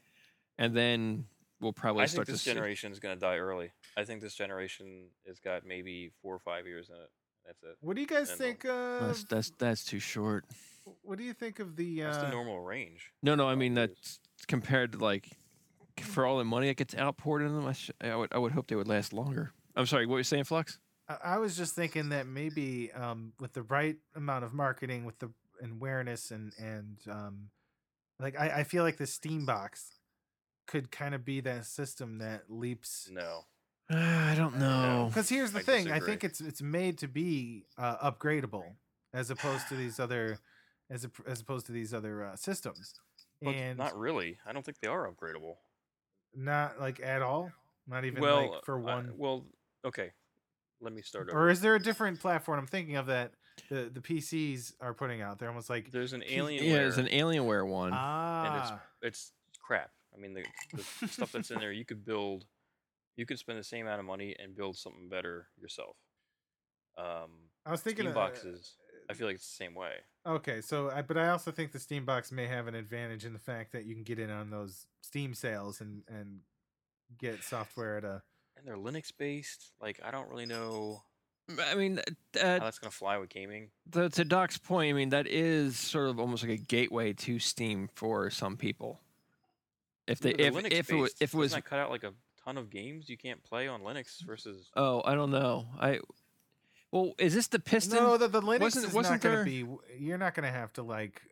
and then we'll probably
I think
start to
this
see-
generation is going to die early. I think this generation has got maybe four or five years in it. That's it.
what do you guys
I know.
think? Uh,
That's, that's that's too short.
what do you think of the?
That's
Uh,
the normal range.
No, no. I mean
years.
that's compared to like for all the money that gets outpoured into them. I, sh- I would I would hope they would last longer. I'm sorry. What were you saying, Flux?
I I was just thinking that maybe um, with the right amount of marketing, with the and awareness, and and um, like I, I feel like the Steam box could kind of be that system that leaps.
No.
I don't know.
Because here's the
Mm, I
thing, I
disagree.
think it's it's made to be uh, upgradable, as opposed to these other, as op- as opposed to these other uh, systems,
But
and
not really. I don't think they are upgradable.
not like at all, not even
well,
like for
I-
one.
well, okay. Let me start over.
or is there a different platform I'm thinking of that the the PCs are putting out? They're almost like
There's an
P-
alien.
Yeah, there's an Alienware one.
Uh,
ah,
it's crap. I mean, the, the stuff that's in there, you could build, you could spend the same amount of money and build something better yourself. Um,
I was thinking
Steam
of- uh,
boxes. I feel like it's the same way.
Okay, so I, but I also think the Steam box may have an advantage in the fact that you can get in on those Steam sales and and get software at a
And they're Linux based. Like, I don't really know
I mean,
how
uh,
that's gonna fly with gaming.
Though to Doc's point, I mean that is sort of almost like a gateway to Steam for some people. If they
Yeah, they're
if if it, wa-
Linux-based.
if it was
Doesn't that cut out like a ton of games you can't play on Linux versus
oh I don't know I well is this the piston
no the, the Linux
wasn't-
is
wasn't
not going
there-
to be you're not going to have to like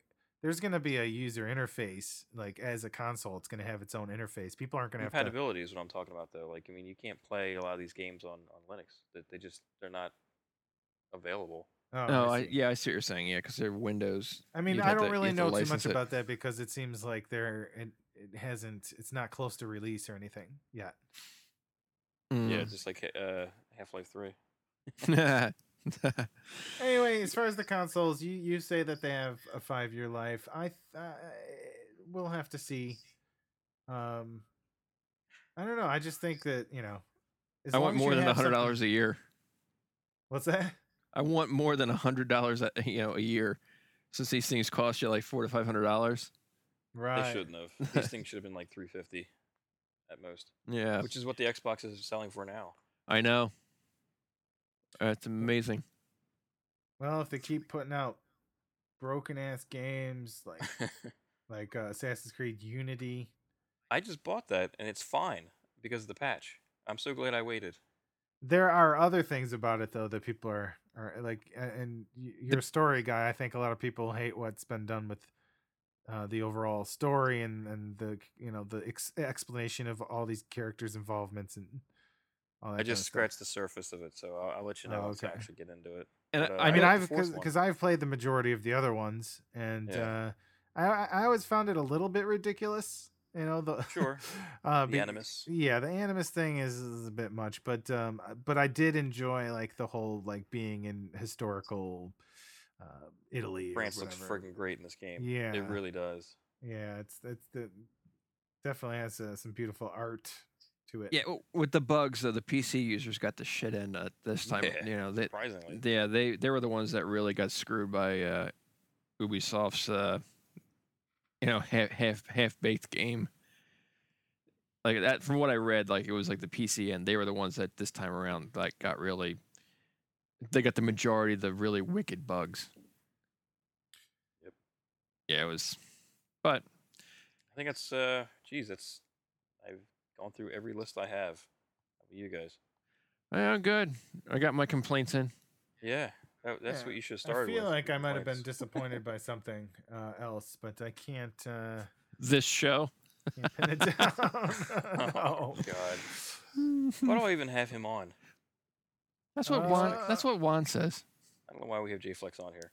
there's going to be a user interface like as a console it's going to have its own interface people aren't going to have to
Compatibility is what I'm talking about, though. Like, I mean, you can't play a lot of these games on, on Linux. That they just they're not available.
oh,
No,
I
I,
see.
yeah, I see what you're saying. Yeah, because they're Windows.
I mean,
You'd
I
have
don't
to-
really
you'd have to
know too
license
much
it.
about that because it seems like there it, it hasn't it's not close to release or anything yet.
Yeah,
Mm.
it's just like uh, Half Life Three.
Anyway, as far as the consoles, you you say that they have a five year life. I th- uh, we'll have to see. Um, I don't know. I just think that you know, as
I
long
want
as you
more than
have
hundred
something-
dollars a year.
What's that?
I want more than hundred dollars, uh, you know, a year, since these things cost you like four to five hundred dollars.
Right.
They shouldn't have. These things should have been like 350 at most,
Yeah,
which is what the Xbox is selling for now.
I know. That's amazing.
Well, if they keep putting out broken ass games like like uh, Assassin's Creed Unity,
I just bought that and it's fine because of the patch. I'm so glad I waited.
there are other things about it though that people are are eh, like a- and y- you're a story guy i think a lot of people hate what's been done with uh, the overall story and and the you know the ex- explanation of all these characters involvements and all that
I just
kind of stuff.
scratched the surface of it, so I'll, I'll let you know
Oh,
once I
okay.
actually get into it.
And
But, uh,
I,
i mean
like the
i've
fourth one.
because i've played the majority of the other ones and
Yeah.
uh i i I always found it a little bit ridiculous you know the
Sure.
uh
The
be-
Animus.
yeah the animus thing is, is a bit much but um uh, but i did enjoy like the whole like being in historical uh italy or
France looks
whatever.
freaking great in this game.
yeah
It really does.
yeah it's it's the definitely has uh, some beautiful art to it
yeah, w- with the bugs though, the PC users got the shit in uh, this time.
Yeah,
You know, that
Surprisingly.
yeah, they they were the ones that really got screwed by uh, Ubisoft's uh, you know half half half baked game. Like that, from what I read, like it was like the PC and they were the ones that this time around like got really. They got the majority of the really wicked bugs.
Yep.
Yeah, it was, but
I think it's uh, geez, that's I've gone through every list I have. How about you guys?
yeah, good. I got my complaints in.
Yeah, that, that's
Yeah,
what you should have
i
started.
feel
with,
like
your
i might have been
complaints.
disappointed by something uh else but i can't uh
This show.
can't pin it down
Oh,
No.
God. Why do I even have him on?
That's what Juan. That's
Uh,
what Juan says.
I don't know why we have JFlex on here.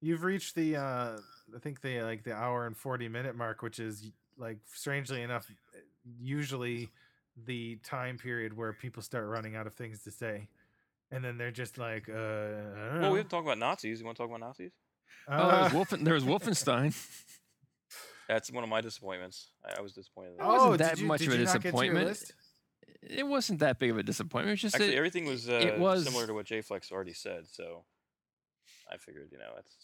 You've reached the uh I think the like the hour and 40 minute mark which is like strangely enough eh, usually the time period where people start running out of things to say. And then they're just like uh I don't
Well, we
know.
have to talk about Nazis. You want to talk about Nazis?
Oh,
Uh,
there was, Wolfen, there was Wolfenstein.
That's one of my disappointments. I, I was disappointed. in that.
It wasn't
Oh, did
that
you-
much
did
of a
you not get to your
disappointment.
list?
it wasn't that big of a disappointment. It was just
Actually,
that-
everything was, uh,
it was-
similar to what JFlex already said, so I figured, you know, that's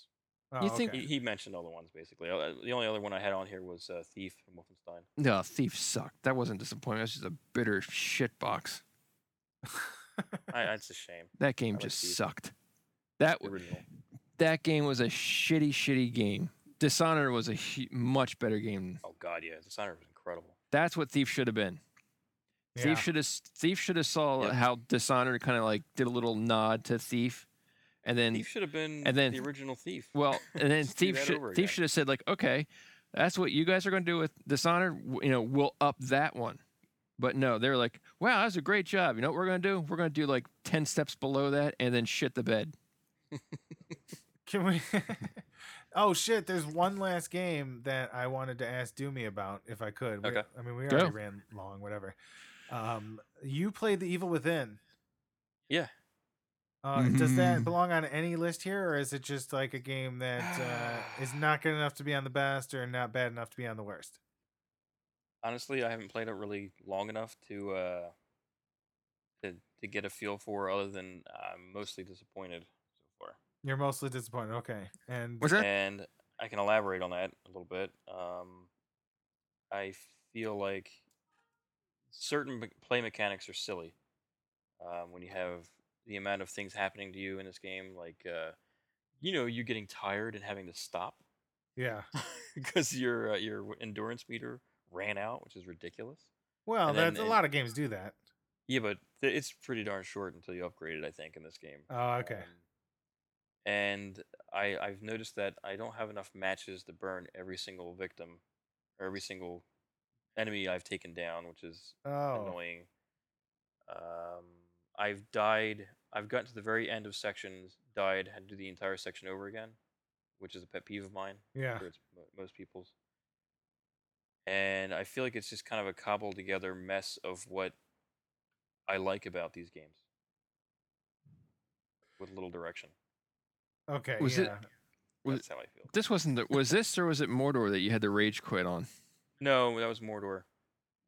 Oh,
You think-
okay.
he, he mentioned all the ones basically. Uh, The only other one I had on here was uh, Thief from Wolfenstein.
no thief sucked. That wasn't disappointment. It was just a bitter shit box.
I, that's a shame.
That game
like
just
Thief.
sucked. That
The
w-
original.
that game was a shitty, shitty game. Dishonored was a hu- much better game.
Oh God, yeah, Dishonored was incredible.
That's what Thief should have been.
Yeah.
Thief should have Thief should have saw
Yep.
how Dishonored kind of like did a little nod to Thief, and then
Thief should have been
and then-
the original Thief.
Well, and then
Just do
Thief
that
should,
over again.
Thief should have said like, okay, that's what you guys are going to do with Dishonored. w- You know, we'll up that one. But no, they're like, wow, that's a great job. You know what we're going to do? We're going to do like ten steps below that and then shit the bed.
Can we Oh shit, there's one last game that I wanted to ask Doomy about if I could. We-
Okay.
I mean, we
Go.
already ran long, whatever. Um you played The Evil Within.
Yeah.
Uh, Does that
Mhm.
belong on any list here, or is it just like a game that uh, is not good enough to be on the best, or not bad enough to be on the worst?
honestly, I haven't played it really long enough to uh, to to get a feel for. Other than I'm mostly disappointed so far.
You're mostly disappointed. Okay, and
What's that?
and I can elaborate on that a little bit. Um, I feel like certain me- play mechanics are silly um, when you have the amount of things happening to you in this game, like uh, you know, you getting tired and having to stop
yeah,
because your uh, your endurance meter ran out, which is ridiculous.
well,
And then
that's a
it-
lot of games do that.
Yeah, but th- it's pretty darn short until you upgrade it. I think in this game.
Oh, okay.
Um, and I I've noticed that I don't have enough matches to burn every single victim or every single enemy I've taken down, which is
Oh,
annoying. Um, I've died. I've gotten to the very end of sections, died, had to do the entire section over again, which is a pet peeve of mine. I'm
yeah.
sure it's mo- most people's. And I feel like it's just kind of a cobbled together mess of what I like about these games, with little direction.
Okay.
Was it-
yeah.
Was-
That's how I feel.
This wasn't the, was this or was it Mordor that you had the rage quit on?
No, that was Mordor.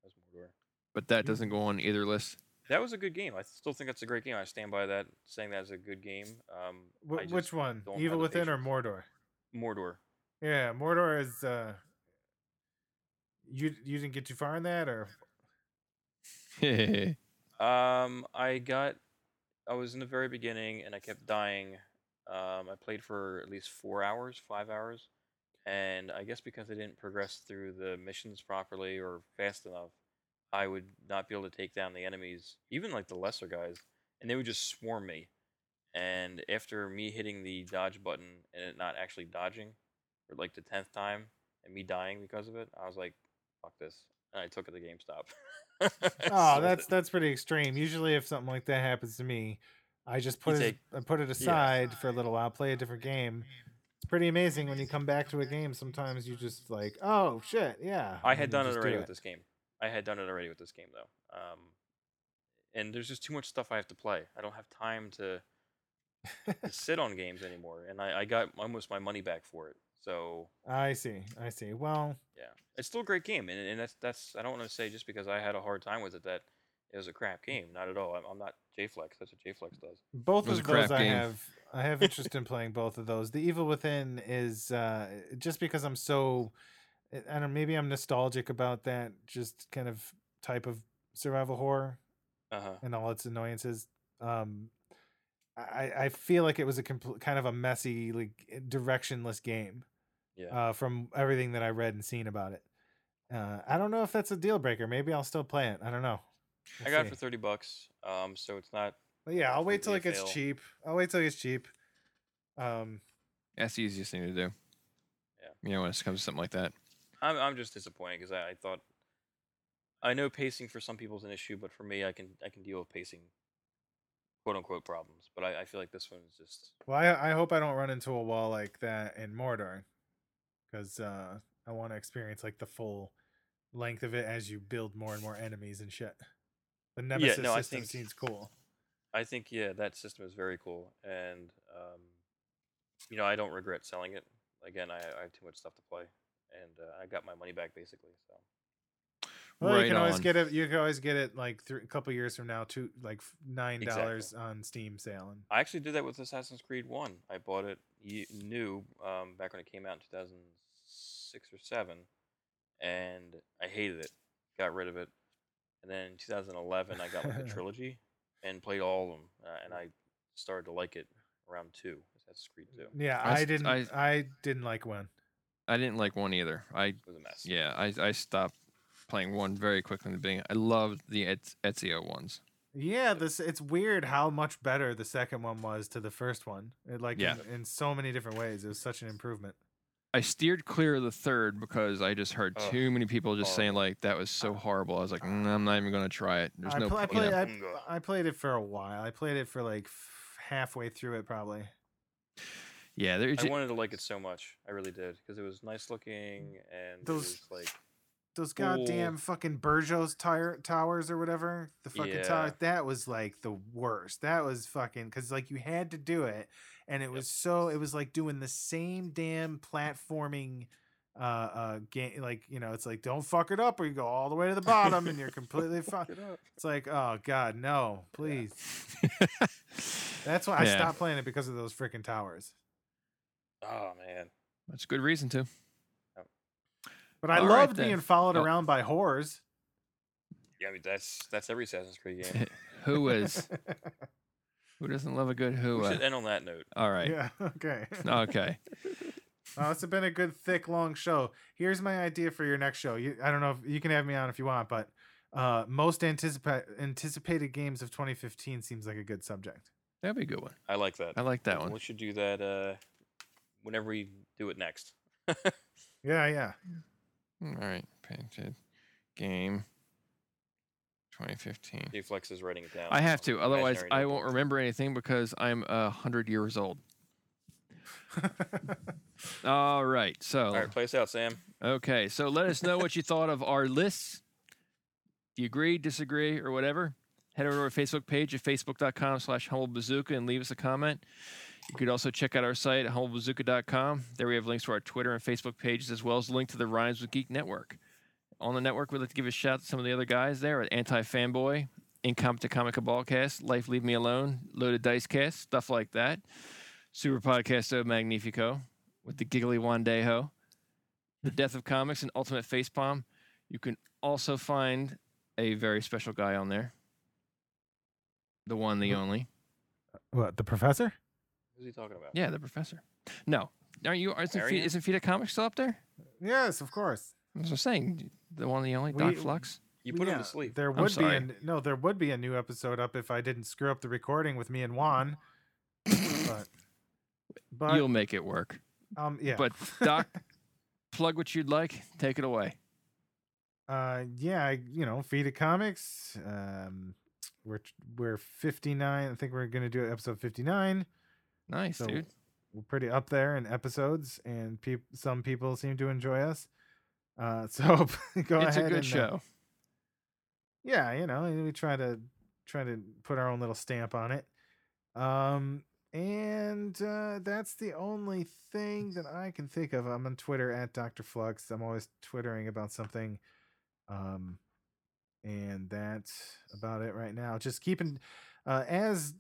That was Mordor.
But that
Mm-hmm.
doesn't go on either list.
That was a good game. I still think that's a great game. I stand by that, saying that is a good game. Um,
Wh-
I
which
just
one?
don't have
Evil
the
Within or
patience.
Mordor?
Mordor.
Yeah, Mordor is. uh You you didn't get too far in that, or
yeah,
Um, I got. I was in the very beginning, and I kept dying. Um, I played for at least four hours, five hours, and I guess because I didn't progress through the missions properly or fast enough, I would not be able to take down the enemies, even like the lesser guys, and they would just swarm me. And after me hitting the dodge button and it not actually dodging, for like the tenth time, and me dying because of it, I was like, "Fuck this!" and I took it to GameStop.
oh,
Sold
that's
it.
that's pretty extreme. Usually, if something like that happens to me, I just put it
take-
I put it aside for a little while, play a different game. It's pretty amazing when you come back to a game. Sometimes you just like, oh shit, yeah.
I
and
had
you
done it
just do
already with this game. I had done it already with this game though. Um, and there's just too much stuff I have to play. I don't have time to, to sit on games anymore. And I, I got almost my money back for it. So
I see, I see. Well,
yeah, it's still a great game. And, and that's that's I don't want to say just because I had a hard time with it that it was a crap game. Not at all. I'm, I'm not Jflex. That's what Jflex does.
both
It was
of
a crap
those I
game.
have. I have interest in playing both of those. The Evil Within is uh, just because I'm so I I don't. Maybe I'm nostalgic about that. Just kind of type of survival horror.
Uh huh.
and all its annoyances. Um, I, I feel like it was a compl- kind of a messy, like directionless game
Yeah.
uh, from everything that I read and seen about it. Uh, I don't know if that's a deal breaker. Maybe I'll still play it. I don't know.
I
We'll
got it for
see.
thirty bucks. Um, so it's not.
But yeah, I'll wait till it
completely a
gets
fail.
cheap. I'll wait till it gets cheap. Um,
that's the easiest thing to do.
Yeah.
You know, when it comes to something like that.
I'm I'm just disappointed because I, I thought. I know pacing for some people is an issue, but for me, I can I can deal with pacing, quote unquote problems. But I, I feel like this one is just
well, I, I hope I don't run into a wall like that in Mordor, because uh, I want to experience like the full length of it as you build more and more enemies and shit. The nemesis
no, I
system
think-
seems cool.
I think yeah, that system is very cool, and um, you know I don't regret selling it. Again, I, I have too much stuff to play, and uh, I got my money back basically. So
Well, you
right
can always
on.
get it. You can always get it like three, a couple years from now, two like f- nine dollars on Steam sale. And
I actually did that with Assassin's Creed One. I bought it ye- new um, back when it came out in 2006 or seven, and I hated it. Got rid of it, and then in 2011 I got like the trilogy and played all of them, uh, and I started to like it around two. Assassin's Creed Two
yeah,
I
I,
s-
didn't. I,
I-
didn't like one.
I didn't like one either. I
It was a mess.
yeah, I I stopped playing one very quickly in the beginning. I loved the Ez- Ezio ones.
Yeah, this it's weird how much better the second one was to the first one. It, like
Yeah.
in, in so many different ways, it was such an improvement.
I steered clear of the third because I just heard
Ugh,
too many people just saying
horrible.
like that was so horrible. I was like, "Mm, I'm not even going to try it. There's
I,
no
pl- I,
point. you
played,
know.
Mm.
I, I played it for a while. I played it for like f- halfway through it, probably.
Yeah, there,
I
ju-
wanted to like it so much. I really did because it was nice looking and
Those-
it was like
Those
Cool.
goddamn fucking Burjos tire towers or whatever the fucking tower
Yeah.
that was like the worst. That was fucking because like you had to do it, and it was so it was like doing the same damn platforming, uh, uh game. Like you know, it's like don't fuck it up or you go all the way to the bottom and you're completely fucked.
Get up.
It's like oh god no, please. That's why I
Yeah.
stopped playing it because of those freaking towers.
Oh man,
That's a good reason to.
But I
All right,
loved
then.
being followed
Oh.
around by whores.
yeah. I mean that's that's every Assassin's Creed game.
who is who doesn't love a good who? uh,
we should end on that note.
All right.
Yeah. Okay.
Okay.
Well, it's been a good, thick, long show. Here's my idea for your next show. You, I don't know if you can have me on if you want, but uh, most anticipa- anticipated games of 2015 seems like a good subject.
That'd be a good one.
I like that.
I like that one.
We should do that uh, whenever we do it next.
Yeah, yeah.
All right, painted game 2015.
Dave Flex is writing it down.
I have
on
to,
an
otherwise
imaginary
I
notebook.
won't remember anything because I'm a hundred years old. All right, so
All right, play us out, Sam.
okay, so let us know what you thought of our lists. Do you agree, disagree, or whatever? Head over to our Facebook page at facebook.com slash humblebazooka and leave us a comment. You could also check out our site at humblebazooka.com. There we have links to our Twitter and Facebook pages as well as a link to the Rhymes with Geek Network. On the network, we'd like to give a shout out to some of the other guys there at Anti Fanboy, Incompetent Comic Ballcast, Life Leave Me Alone, Loaded Dice Cast, stuff like that. Super Podcasto Magnifico with the Giggly Wandejo, The Death of Comics, and Ultimate Facepalm. You can also find a very special guy on there. The one, the
Who-
only.
what the professor?
Who's he talking about?
Yeah, the professor. No. Aren't you, isn't,
There he
Fita,
is.
isn't Fita Comics still up there?
Yes, of course.
That's what I'm saying. The one, the only,
We-
Doc Flux.
You put him
Yeah,
to sleep.
There
I'm
would be
sorry.
a, no. There would be a new episode up if I didn't screw up the recording with me and Juan. but but
You'll make it work.
um yeah.
But Doc, plug what you'd like. Take it away.
uh yeah, I, you know, feed of comics. Um, we're we're fifty nine. I think we're gonna do episode fifty nine.
Nice,
So-
dude.
we're pretty up there in episodes, and peop some people seem to enjoy us. Uh, so go
It's a
ahead.
good
and, uh,
show.
yeah, you know, and we try to try to put our own little stamp on it. Um, and uh, that's the only thing that I can think of. I'm on Twitter at Dr. Flux. I'm always twittering about something. Um, and that's about it right now. Just keeping uh, as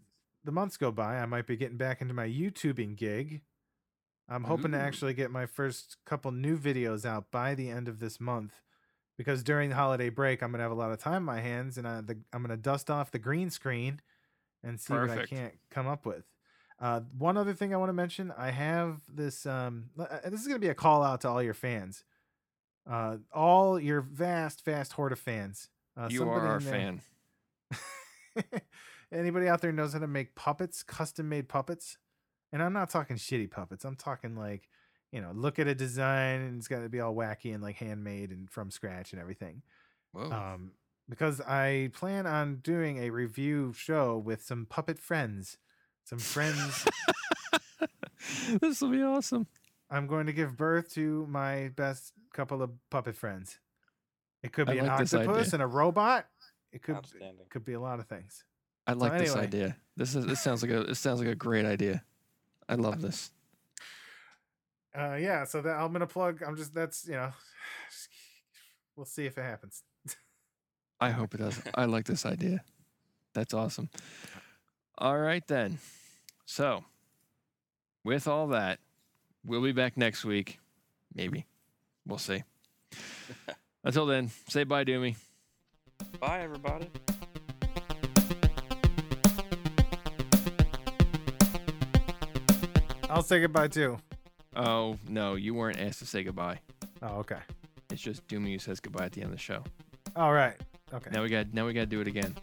the months go by, I might be getting back into my YouTubing gig. I'm hoping
Ooh.
to actually get my first couple new videos out by the end of this month because during the holiday break, I'm gonna have a lot of time in my hands, and I, the, I'm gonna dust off the green screen and see what I
Perfect.
can't come up with. Uh, one other thing I want to mention: I have this. Um, l- uh, this is gonna be a call out to all your fans, uh, all your vast, vast horde of fans. Uh,
you
somebody
are our
in there-
fan.
Anybody out there knows how to make puppets, custom made puppets. And I'm not talking shitty puppets. I'm talking like, you know, look at a design and it's got to be all wacky and like handmade and from scratch and everything.
Whoa.
Um, because I plan on doing a review show with some puppet friends, some friends.
this will be awesome.
I'm going to give birth to my best couple of puppet friends. It could
I
be an
like this idea.
octopus and a robot. It could
Outstanding.
could be a lot of things.
I like this
anyway.
idea. This is this sounds like a this sounds like a great idea. I love this.
uh yeah so that i'm gonna plug i'm just that's you know we'll see if it happens
I hope it does. I like this idea. That's awesome. All right then. So, with all that, we'll be back next week. Maybe. We'll see. Until then, say bye to me.
Bye, everybody.
i'll say goodbye too
Oh no, you weren't asked to say goodbye.
oh okay
It's just Doomy who says goodbye at the end of the show.
all right okay
Now we got now we got to do it again.